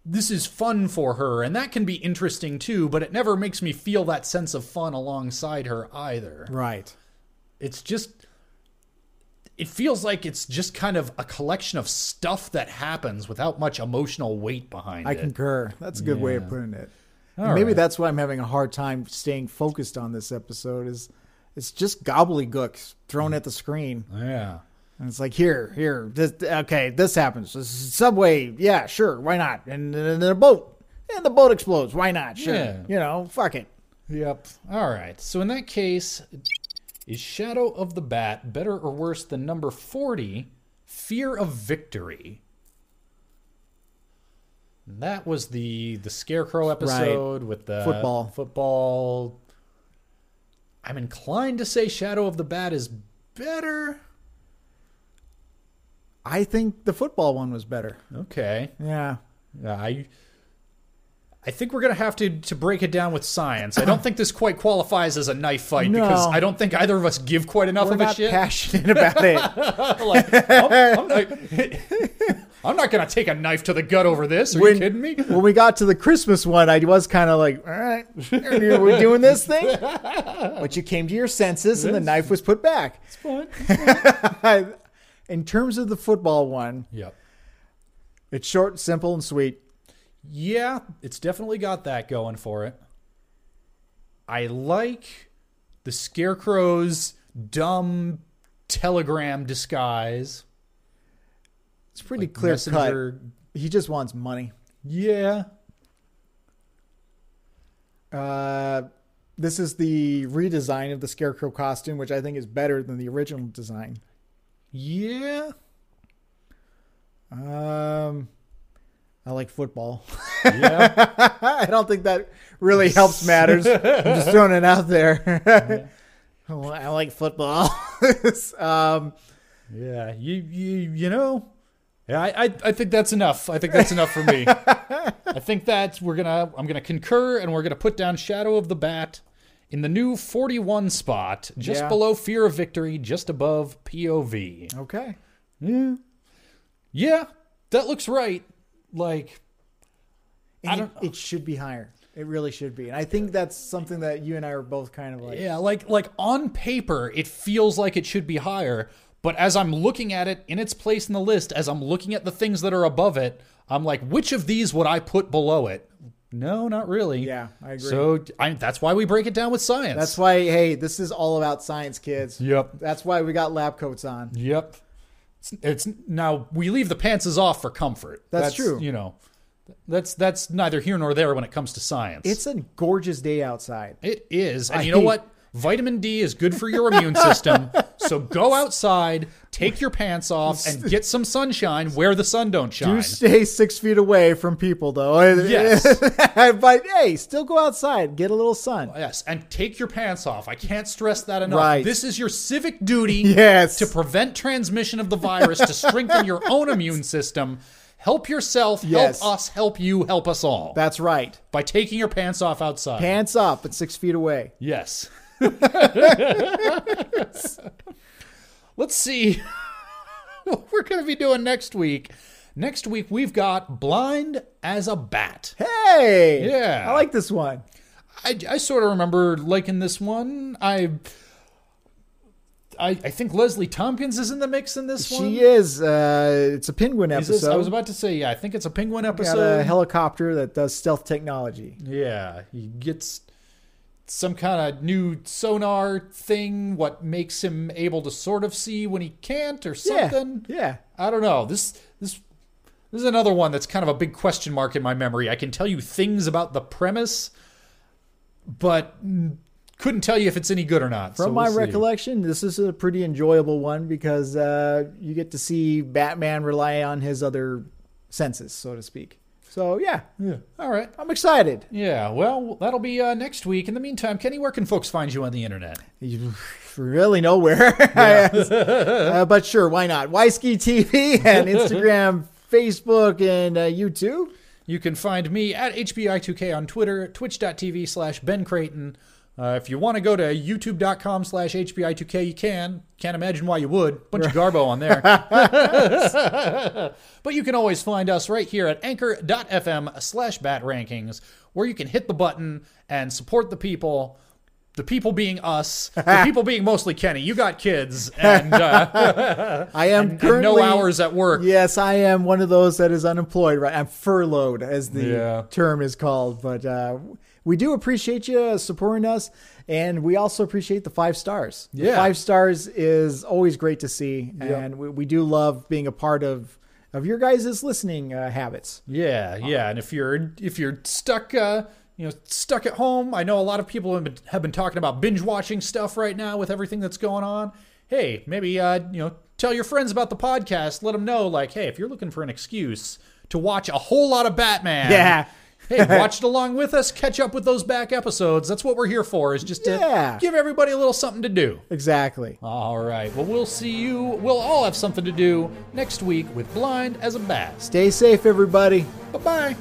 Speaker 1: this is fun for her, and that can be interesting too. But it never makes me feel that sense of fun alongside her either
Speaker 2: Right.
Speaker 1: it's just it feels like it's just kind of a collection of stuff that happens without much emotional weight behind
Speaker 2: I
Speaker 1: it.
Speaker 2: concur. That's a good way of
Speaker 1: Yeah.
Speaker 2: putting it.
Speaker 1: All
Speaker 2: And maybe
Speaker 1: right.
Speaker 2: that's why I'm having a hard time staying focused on this episode. Is it's just gobbledygook thrown at the screen,
Speaker 1: yeah.
Speaker 2: and it's like here, here, this, okay, this happens. This is subway, yeah, sure, why not? And then a boat, and the boat explodes, why not? Sure,
Speaker 1: Yeah.
Speaker 2: you know, fuck it.
Speaker 1: Yep. All right. So in that case, is Shadow of the Bat better or worse than number 40, Fear of Victory? And that was the the Scarecrow episode with the
Speaker 2: Football.
Speaker 1: Football. I'm inclined to say Shadow of the Bat is better.
Speaker 2: I think the football one was better.
Speaker 1: Okay.
Speaker 2: Yeah,
Speaker 1: Yeah, Uh, I I think we're gonna have to to break it down with science. I don't think this quite qualifies as a knife fight
Speaker 2: No.
Speaker 1: because I don't think either of us give quite enough
Speaker 2: we're
Speaker 1: of a
Speaker 2: not
Speaker 1: shit.
Speaker 2: passionate
Speaker 1: (laughs)
Speaker 2: about it.
Speaker 1: Like, I'm, I'm not,
Speaker 2: (laughs)
Speaker 1: I'm not gonna take a knife to the gut over this. Are
Speaker 2: When-
Speaker 1: you kidding me?
Speaker 2: when we got to the Christmas one, I was kind of like, all right, are we doing this thing? But you came to your senses and the knife was put back. (laughs) I, in terms of the football one,
Speaker 1: Yep.
Speaker 2: it's short, simple, and sweet.
Speaker 1: Yeah, it's definitely got that going for it. I like the Scarecrow's dumb telegram disguise.
Speaker 2: It's pretty clear
Speaker 1: messenger-
Speaker 2: cut. He just wants money.
Speaker 1: Yeah.
Speaker 2: Uh, This is the redesign of the Scarecrow costume, which I think is better than the original design.
Speaker 1: Yeah.
Speaker 2: Um, I like football. (laughs)
Speaker 1: Yeah.
Speaker 2: I don't think that really helps matters. I'm just throwing it out there. (laughs) Well, I like football. (laughs) um,
Speaker 1: yeah. You you you know. Yeah, I, I I think that's enough. I think that's enough for me. I think that we're gonna I'm gonna concur and we're gonna put down Shadow of the Bat in the new 41 spot, just
Speaker 2: Yeah.
Speaker 1: below Fear of Victory, just above POV.
Speaker 2: okay.
Speaker 1: Yeah, that looks right. Like
Speaker 2: And
Speaker 1: I don't-
Speaker 2: it, it should be higher. It really should be. And I think that's something that you and I are both kind of like.
Speaker 1: Yeah, like like on paper, it feels like it should be higher, but as I'm looking at it in its place in the list, as I'm looking at the things that are above it, I'm like, which of these would I put below it? No, not really.
Speaker 2: Yeah, I agree.
Speaker 1: So I, that's why we break it down with science.
Speaker 2: That's why, hey, this is all about science, kids.
Speaker 1: Yep.
Speaker 2: That's why we got lab coats on.
Speaker 1: yep. It's, it's now we leave the pantses off for comfort.
Speaker 2: That's true.
Speaker 1: You know, that's that's neither here nor there when it comes to science.
Speaker 2: It's a gorgeous day outside.
Speaker 1: It is. And
Speaker 2: I
Speaker 1: you know
Speaker 2: hate-
Speaker 1: what? Vitamin D is good for your immune system. So go outside, take your pants off, and get some sunshine where the sun don't
Speaker 2: Do
Speaker 1: shine.
Speaker 2: stay six feet away from people, though. (laughs)
Speaker 1: Yes.
Speaker 2: but hey, still go outside, get a little sun.
Speaker 1: Yes, and take your pants off. I can't stress that enough.
Speaker 2: Right.
Speaker 1: This is your civic duty
Speaker 2: Yes.
Speaker 1: to prevent transmission of the virus, to strengthen your own immune system. Help yourself,
Speaker 2: Yes.
Speaker 1: help us, help you, help us all
Speaker 2: That's right.
Speaker 1: by taking your pants off outside.
Speaker 2: Pants up and six feet away.
Speaker 1: (laughs) Yes. Let's see (laughs) what we're going to be doing next week. Next week, we've got Blind as a Bat.
Speaker 2: Hey,
Speaker 1: Yeah.
Speaker 2: I like this one.
Speaker 1: I, I sort of remember liking this one. I. I, I think Leslie Tompkins is in the mix in this one.
Speaker 2: She is. Uh, it's a penguin
Speaker 1: Is
Speaker 2: episode.
Speaker 1: this- I was about to say, yeah, I think it's a penguin
Speaker 2: got
Speaker 1: episode.
Speaker 2: a helicopter that does stealth technology.
Speaker 1: Yeah, he gets some kind of new sonar thing. What makes him able to sort of see when he can't, or something?
Speaker 2: Yeah, yeah.
Speaker 1: I don't know. This this this is another one that's kind of a big question mark in my memory. I can tell you things about the premise, but mm, couldn't tell you if it's any good or not.
Speaker 2: From
Speaker 1: so
Speaker 2: my
Speaker 1: we'll see.
Speaker 2: recollection, this is a pretty enjoyable one because uh, you get to see Batman rely on his other senses, so to speak. So yeah, yeah.
Speaker 1: all right.
Speaker 2: I'm excited.
Speaker 1: Yeah, well, that'll be uh, next week. In the meantime, Kenny, where can folks find you on the internet?
Speaker 2: You- really (laughs) nowhere. Uh, but sure, why not? Ski
Speaker 1: (laughs)
Speaker 2: TV and Instagram, Facebook, and uh, YouTube.
Speaker 1: You can find me at HBI2K on Twitter, twitch.tv slash Ben Creighton. Uh, if you want to go to youtube.com slash HBI2K, you can. Can't imagine why you would. Bunch of garbo on there. but you can always find us right here at anchor.fm slash bat rankings, where you can hit the button and support the people. The people being us, the people being mostly Kenny. You got kids and, uh,
Speaker 2: I am
Speaker 1: and
Speaker 2: currently
Speaker 1: no hours at work.
Speaker 2: Yes, I am one of those that is unemployed. Right, I'm furloughed, as the
Speaker 1: Yeah.
Speaker 2: term is called. But uh, we do appreciate you supporting us, and we also appreciate the five stars. The
Speaker 1: Yeah.
Speaker 2: five stars is always great to see, and we, we do love being a part of of your guys' listening uh, habits.
Speaker 1: Yeah,
Speaker 2: Um,
Speaker 1: yeah. And if you're if you're stuck, uh, you know, stuck at home, I know a lot of people have been, have been talking about binge watching stuff right now with everything that's going on. Hey, maybe uh, you know, tell your friends about the podcast. Let them know, like, hey, if you're looking for an excuse to watch a whole lot of Batman,
Speaker 2: Yeah.
Speaker 1: hey,
Speaker 2: (laughs)
Speaker 1: watch it along with us. Catch up with those back episodes. That's what we're here for. Is just to
Speaker 2: Yeah.
Speaker 1: give everybody a little something to do.
Speaker 2: Exactly.
Speaker 1: All right. Well, we'll see you. We'll all have something to do next week with Blind as a Bat.
Speaker 2: Stay safe, everybody.
Speaker 1: Bye bye.